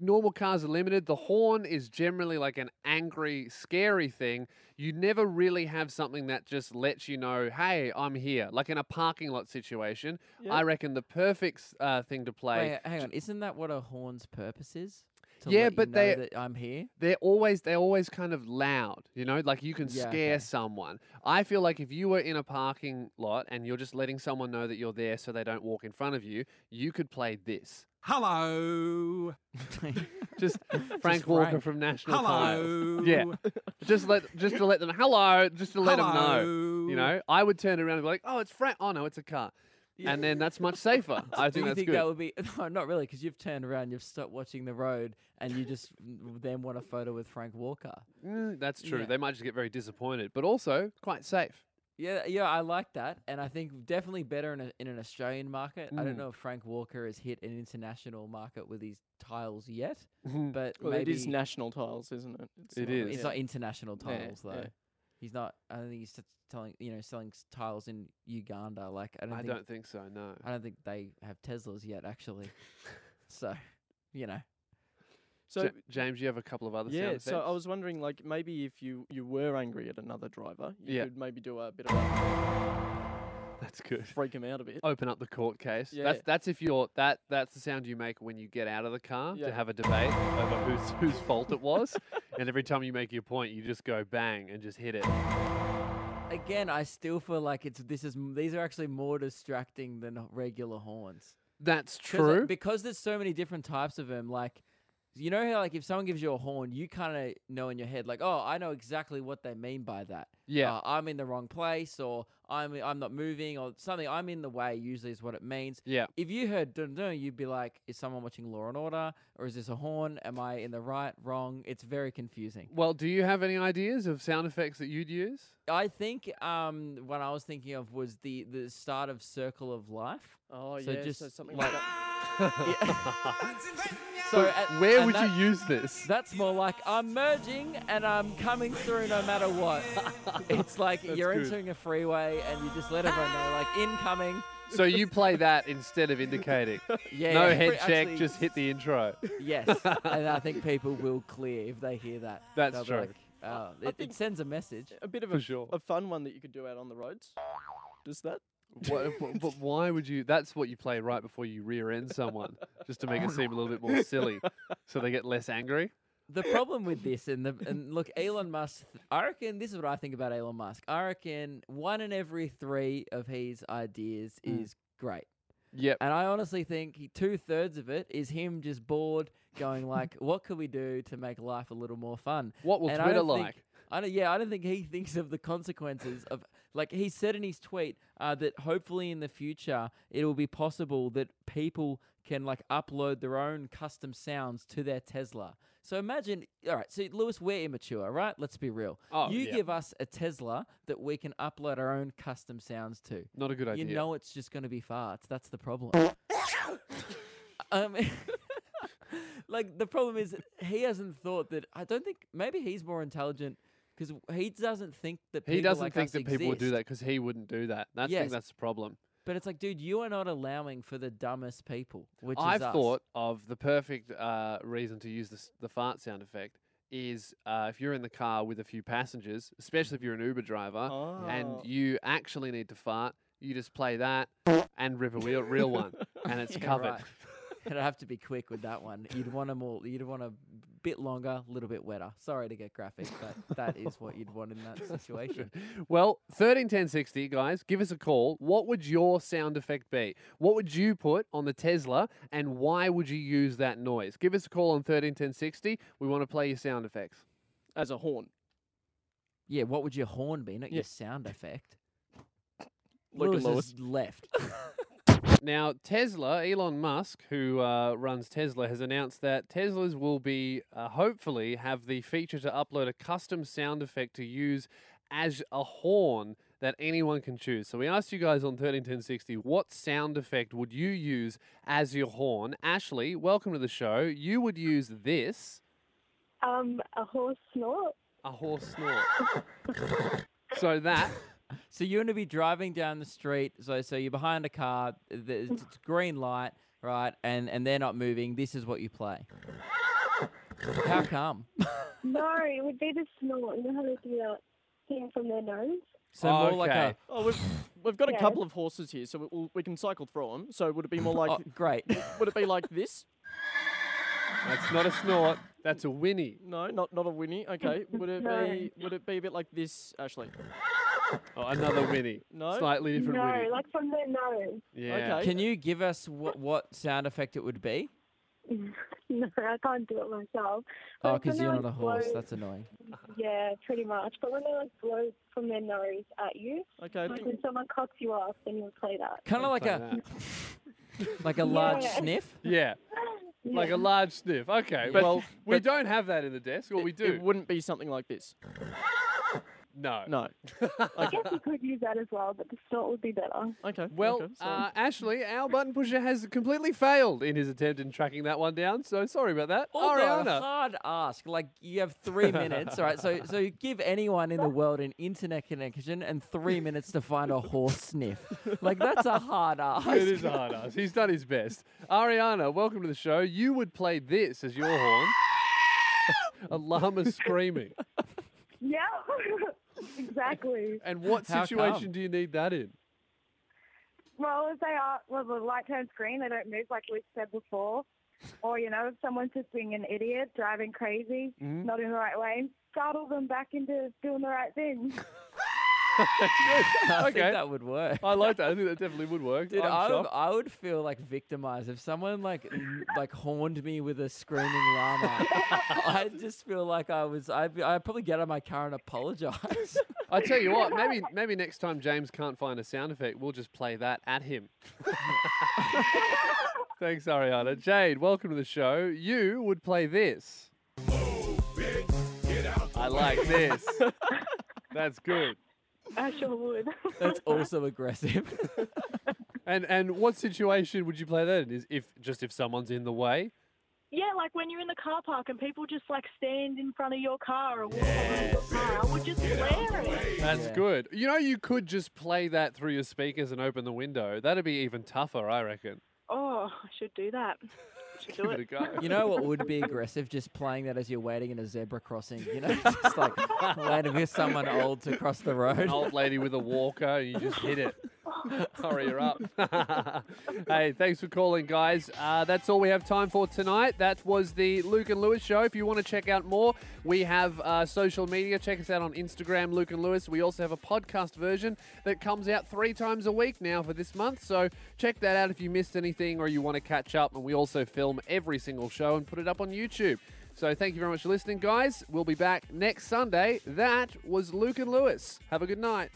Speaker 1: normal cars are limited. The horn is generally like an angry, scary thing. You never really have something that just lets you know, hey, I'm here. Like in a parking lot situation,
Speaker 2: Yeah.
Speaker 1: I reckon the perfect s- uh, thing to play.
Speaker 2: Wait, hang on. Isn't that what a horn's purpose is? To
Speaker 1: Yeah,
Speaker 2: let you
Speaker 1: but
Speaker 2: know
Speaker 1: they-
Speaker 2: that
Speaker 1: <laughs>
Speaker 2: I'm here.
Speaker 1: They're always they're always kind of loud, you know. Like you can
Speaker 2: Yeah,
Speaker 1: scare
Speaker 2: okay.
Speaker 1: someone. I feel like if you were in a parking lot and you're just letting someone know that you're there so they don't walk in front of you, you could play this.
Speaker 11: Hello.
Speaker 2: <laughs>
Speaker 1: Just Frank Walker
Speaker 11: Frank.
Speaker 1: from National
Speaker 11: Hello.
Speaker 1: Tires. Yeah, just let just to let them hello, just to let them know.
Speaker 11: Hello.
Speaker 1: You know, I would turn around and be like, "Oh, it's Frank. Oh no, it's a car," and then that's much
Speaker 2: <laughs>
Speaker 1: safer. I
Speaker 2: Do
Speaker 1: think
Speaker 2: you
Speaker 1: that's
Speaker 2: think
Speaker 1: good.
Speaker 2: that would be <laughs> no, not really, because you've turned around, you've stopped watching the road, and you just then want a photo with Frank Walker.
Speaker 1: Mm, that's true.
Speaker 2: Yeah.
Speaker 1: They might just get very disappointed, but also quite
Speaker 2: <laughs>
Speaker 1: safe.
Speaker 2: Yeah, yeah, I like that, and I think definitely better in, a, in an Australian market. I
Speaker 1: Mm.
Speaker 2: don't know if Frank Walker has hit an international market with these tiles yet,
Speaker 1: Mhm.
Speaker 2: but
Speaker 5: Well, it
Speaker 2: maybe
Speaker 5: is national tiles, isn't it? It's
Speaker 1: It
Speaker 5: not-
Speaker 1: is.
Speaker 2: it's
Speaker 5: yeah.
Speaker 2: not international
Speaker 5: Yeah,
Speaker 2: tiles
Speaker 5: yeah.
Speaker 2: though. He's not. I don't think he's t- telling you know selling s- tiles in Uganda. Like I don't.
Speaker 1: I
Speaker 2: think,
Speaker 1: don't think so. No.
Speaker 2: I don't think they have Teslas yet,
Speaker 5: <laughs>
Speaker 2: actually. so, you know.
Speaker 5: So
Speaker 1: Ja- James, you have a couple of other
Speaker 5: yeah,
Speaker 1: sound
Speaker 5: so I
Speaker 1: effects?
Speaker 5: was wondering, like maybe if you you were angry at another driver, you
Speaker 1: Yeah.
Speaker 5: could maybe do a <laughs> bit of a
Speaker 1: <laughs> That's good.
Speaker 5: freak him out a bit.
Speaker 1: Open up the court case.
Speaker 5: Yeah.
Speaker 1: That's that's if you're that that's the sound you make when you get out of the car
Speaker 5: Yeah.
Speaker 1: to have a debate over whose <laughs> whose fault it was. and every time you make your point, you just go bang and just hit it.
Speaker 2: Again, I still feel like it's this is m- these are actually more distracting than regular horns.
Speaker 1: That's
Speaker 2: 'Cause, like,
Speaker 1: true.
Speaker 2: because there's so many different types of them. Like, you know how like if someone gives you a horn, you kind of know in your head like, oh, I know exactly what they mean by that.
Speaker 1: Yeah.
Speaker 2: uh, I'm in the wrong place, or I'm I'm not moving, or something. I'm in the way. Usually is what it means.
Speaker 1: yeah.
Speaker 2: If you heard dun dun, you'd be like, is someone watching Law and Order, or is this a horn? Am I in the right, wrong? It's very confusing.
Speaker 1: Well, do you have any ideas of sound effects that you'd use?
Speaker 2: I think um, what I was thinking of was the the start of Circle of Life.
Speaker 5: Oh
Speaker 2: So
Speaker 5: yeah,
Speaker 2: just
Speaker 5: so something
Speaker 2: like-
Speaker 5: like that.
Speaker 2: So at-
Speaker 1: Where
Speaker 2: and
Speaker 1: would
Speaker 2: that-
Speaker 1: you use this?
Speaker 2: That's more like I'm merging and I'm coming through no matter what. <laughs> It's like
Speaker 1: That's
Speaker 2: you're
Speaker 1: good.
Speaker 2: entering a freeway and you just let everyone know, like incoming.
Speaker 1: so you play that instead of indicating.
Speaker 2: Yeah,
Speaker 1: no
Speaker 2: yeah,
Speaker 1: head
Speaker 2: pretty-
Speaker 1: check,
Speaker 2: actually,
Speaker 1: just hit the intro. <laughs>
Speaker 2: yes. and I think people will clear if they hear that.
Speaker 1: That's
Speaker 2: They'll be
Speaker 1: true.
Speaker 2: like, oh, it,
Speaker 5: think-
Speaker 2: it sends a message.
Speaker 5: A bit of
Speaker 1: For
Speaker 5: a,
Speaker 1: sure.
Speaker 5: a fun one that you could do out on the roads. Does that?
Speaker 1: Wha-
Speaker 5: <laughs>
Speaker 1: but, but <laughs> why would you? That's what you play right before you rear end someone, just to make it seem a little bit more silly, so they get less angry.
Speaker 2: the problem with this and the and look Elon Musk I reckon this is what I think about Elon Musk. I reckon one in every 3 of his ideas
Speaker 1: Hmm.
Speaker 2: is great.
Speaker 1: Yep.
Speaker 2: And I honestly think he, two-thirds of it is him just bored going
Speaker 1: <laughs>
Speaker 2: like what could we do to make life a little more fun?
Speaker 1: What will
Speaker 2: And I
Speaker 1: Twitter
Speaker 2: don't think-
Speaker 1: like?
Speaker 2: I don't, yeah, I don't think he <laughs> thinks of the consequences of like he said in his tweet uh, that hopefully in the future it will be possible that people can like upload their own custom sounds to their Tesla. So imagine, all right. So Lewis, we're immature, right? Let's be real.
Speaker 1: Oh,
Speaker 2: you
Speaker 1: yeah.
Speaker 2: give us a Tesla that we can upload our own custom sounds to.
Speaker 1: Not a good idea.
Speaker 2: You know it's just going to be farts. That's the problem. <laughs> um, <laughs> like the problem is he hasn't thought that. I don't think maybe he's more intelligent because he doesn't think that people
Speaker 1: he doesn't
Speaker 2: like
Speaker 1: think
Speaker 2: us
Speaker 1: that people would do
Speaker 2: exist.
Speaker 1: that because he wouldn't do that. That's I think
Speaker 2: Yes.
Speaker 1: that's the problem.
Speaker 2: But it's like, dude, you are not allowing for the dumbest people, which
Speaker 1: I've
Speaker 2: is us.
Speaker 1: thought of the perfect uh, reason to use this, the fart sound effect is uh, if you're in the car with a few passengers, especially if you're an Uber driver, and
Speaker 5: Oh.
Speaker 1: you actually need to fart, you just play that and rip a real, real one, and it's
Speaker 2: <laughs> Yeah,
Speaker 1: covered.
Speaker 2: right. <laughs> It'd have to be quick with that one. You'd want 'em all. You'd want a bit longer, a little bit wetter. Sorry to get graphic, but that is what you'd want in that
Speaker 1: <laughs>
Speaker 2: situation.
Speaker 1: Well, thirteen ten sixty, guys, give us a call. What would your sound effect be? What would you put on the Tesla, and why would you use that noise? Give us a call on thirteen ten sixty. We want to play your sound effects.
Speaker 5: As a horn.
Speaker 2: Yeah, what would your horn be? Not
Speaker 5: Yeah.
Speaker 2: your sound effect.
Speaker 5: Look at
Speaker 2: Lewis,
Speaker 5: Lewis.
Speaker 2: has left.
Speaker 1: Now, Tesla, Elon Musk, who uh, runs Tesla, has announced that Teslas will be uh, hopefully have the feature to upload a custom sound effect to use as a horn that anyone can choose. So we asked you guys on 131060 what sound effect would you use as your horn? Ashley, welcome to the show. You would use this.
Speaker 8: Um, a horse snort.
Speaker 1: A horse snort. so that.
Speaker 2: So you're going to be driving down the street. So so you're behind a car. There's it's green light, right? And and they're not moving. This is what you play. How come?
Speaker 8: No, it would be the snort. You know how they do that thing from their nose?
Speaker 2: So more like a
Speaker 5: Oh, we've, we've got a
Speaker 8: Yeah.
Speaker 5: couple of horses here, so we- we'll, we can cycle through them. So would it be more like?
Speaker 2: oh, great.
Speaker 1: <laughs>
Speaker 5: Would it be like this?
Speaker 1: That's not a snort. That's a whinny.
Speaker 5: No, not not a whinny. Okay. Would it
Speaker 8: <laughs> No.
Speaker 5: be? Would it be a bit like this, Ashley?
Speaker 1: Oh, another whinny.
Speaker 5: No?
Speaker 1: Slightly different
Speaker 8: no,
Speaker 1: whinny.
Speaker 8: like from their nose.
Speaker 1: yeah.
Speaker 5: Okay.
Speaker 2: Can you give us what what sound effect it would be?
Speaker 8: <laughs> No, I can't do it myself. But
Speaker 2: Oh,
Speaker 8: it's when
Speaker 2: because
Speaker 8: they,
Speaker 2: you're
Speaker 8: like,
Speaker 2: not a horse.
Speaker 8: blow-
Speaker 2: That's annoying.
Speaker 8: Yeah, pretty much. But when they like blow from their nose at you,
Speaker 5: Okay. I
Speaker 8: like
Speaker 5: think,
Speaker 8: when someone cocks you off, then you'll play that.
Speaker 2: Kind of like
Speaker 1: Play
Speaker 2: a like a large
Speaker 8: Yeah.
Speaker 2: sniff.
Speaker 1: <laughs> Yeah. Like a large sniff. Okay.
Speaker 2: But-
Speaker 1: well, we
Speaker 5: but-
Speaker 1: don't have that in the desk, or we do.
Speaker 5: It wouldn't be something like this.
Speaker 1: no.
Speaker 5: No.
Speaker 8: I guess you could use that as well, but the snort would be better.
Speaker 5: Okay.
Speaker 1: Well,
Speaker 5: okay, so-
Speaker 1: uh, Ashley, our button pusher has completely failed in his attempt in tracking that one down. So sorry about that.
Speaker 2: Although a
Speaker 1: Ariana.
Speaker 2: hard ask. Like you have
Speaker 1: <laughs>
Speaker 2: three minutes, all right? So so you give anyone in the world an internet connection and three minutes to find a horse sniff. Like that's a hard
Speaker 1: <laughs>
Speaker 2: ask.
Speaker 1: It is a hard ass. He's done his best. Ariana, welcome to the show. You would play this as your
Speaker 5: <laughs>
Speaker 1: horn. a llama screaming.
Speaker 8: Yeah, <laughs> exactly.
Speaker 1: And what
Speaker 2: How
Speaker 1: situation
Speaker 2: come?
Speaker 1: do you need that in?
Speaker 8: Well, if they are, well, the light turns green, they don't move like we said before. Or, you know, if someone's just being an idiot, driving crazy, not in the right way, startle them back into doing the right thing.
Speaker 2: I
Speaker 1: Okay.
Speaker 2: think that would work.
Speaker 1: I like that. I think that definitely would work.
Speaker 2: Dude,
Speaker 1: I'm
Speaker 2: I would,
Speaker 1: shocked.
Speaker 2: I would feel like victimized if someone like n- like horned me with a screaming <laughs> llama. I'd just feel like I was. I'd, be- I'd probably get out of my car and apologize. <laughs>
Speaker 1: I tell you what, maybe maybe next time James can't find a sound effect, we'll just play that at him. <laughs> Thanks, Ariana. Jade, welcome to the show. You would play this. I like this. That's good.
Speaker 8: I sure would.
Speaker 2: <laughs> That's also aggressive.
Speaker 1: And and what situation would you play that in? Is if just if someone's in the way?
Speaker 8: yeah, like when you're in the car park and people just like stand in front of your car or walk around your car, I would just glare at it.
Speaker 1: That's
Speaker 2: Yeah.
Speaker 1: good. You know, you could just play that through your speakers and open the window. That'd be even tougher, I reckon.
Speaker 8: Oh, I should do that. Should do
Speaker 1: Give it a
Speaker 8: it.
Speaker 1: go.
Speaker 2: You know what would be aggressive? Just playing that as you're waiting in a zebra crossing. You <laughs> know, just like waiting for someone old to cross the road.
Speaker 1: an old lady with a walker and you just hit it. <laughs> Hurry her up. <laughs> hey, thanks for calling, guys. Uh, that's all we have time for tonight. That was the Luke and Lewis show. If you want to check out more, we have uh, social media. Check us out on Instagram, Luke and Lewis. We also have a podcast version that comes out three times a week now for this month. So check that out if you missed anything or you want to catch up. And we also film every single show and put it up on YouTube. So thank you very much for listening, guys. We'll be back next Sunday. That was Luke and Lewis. Have a good night.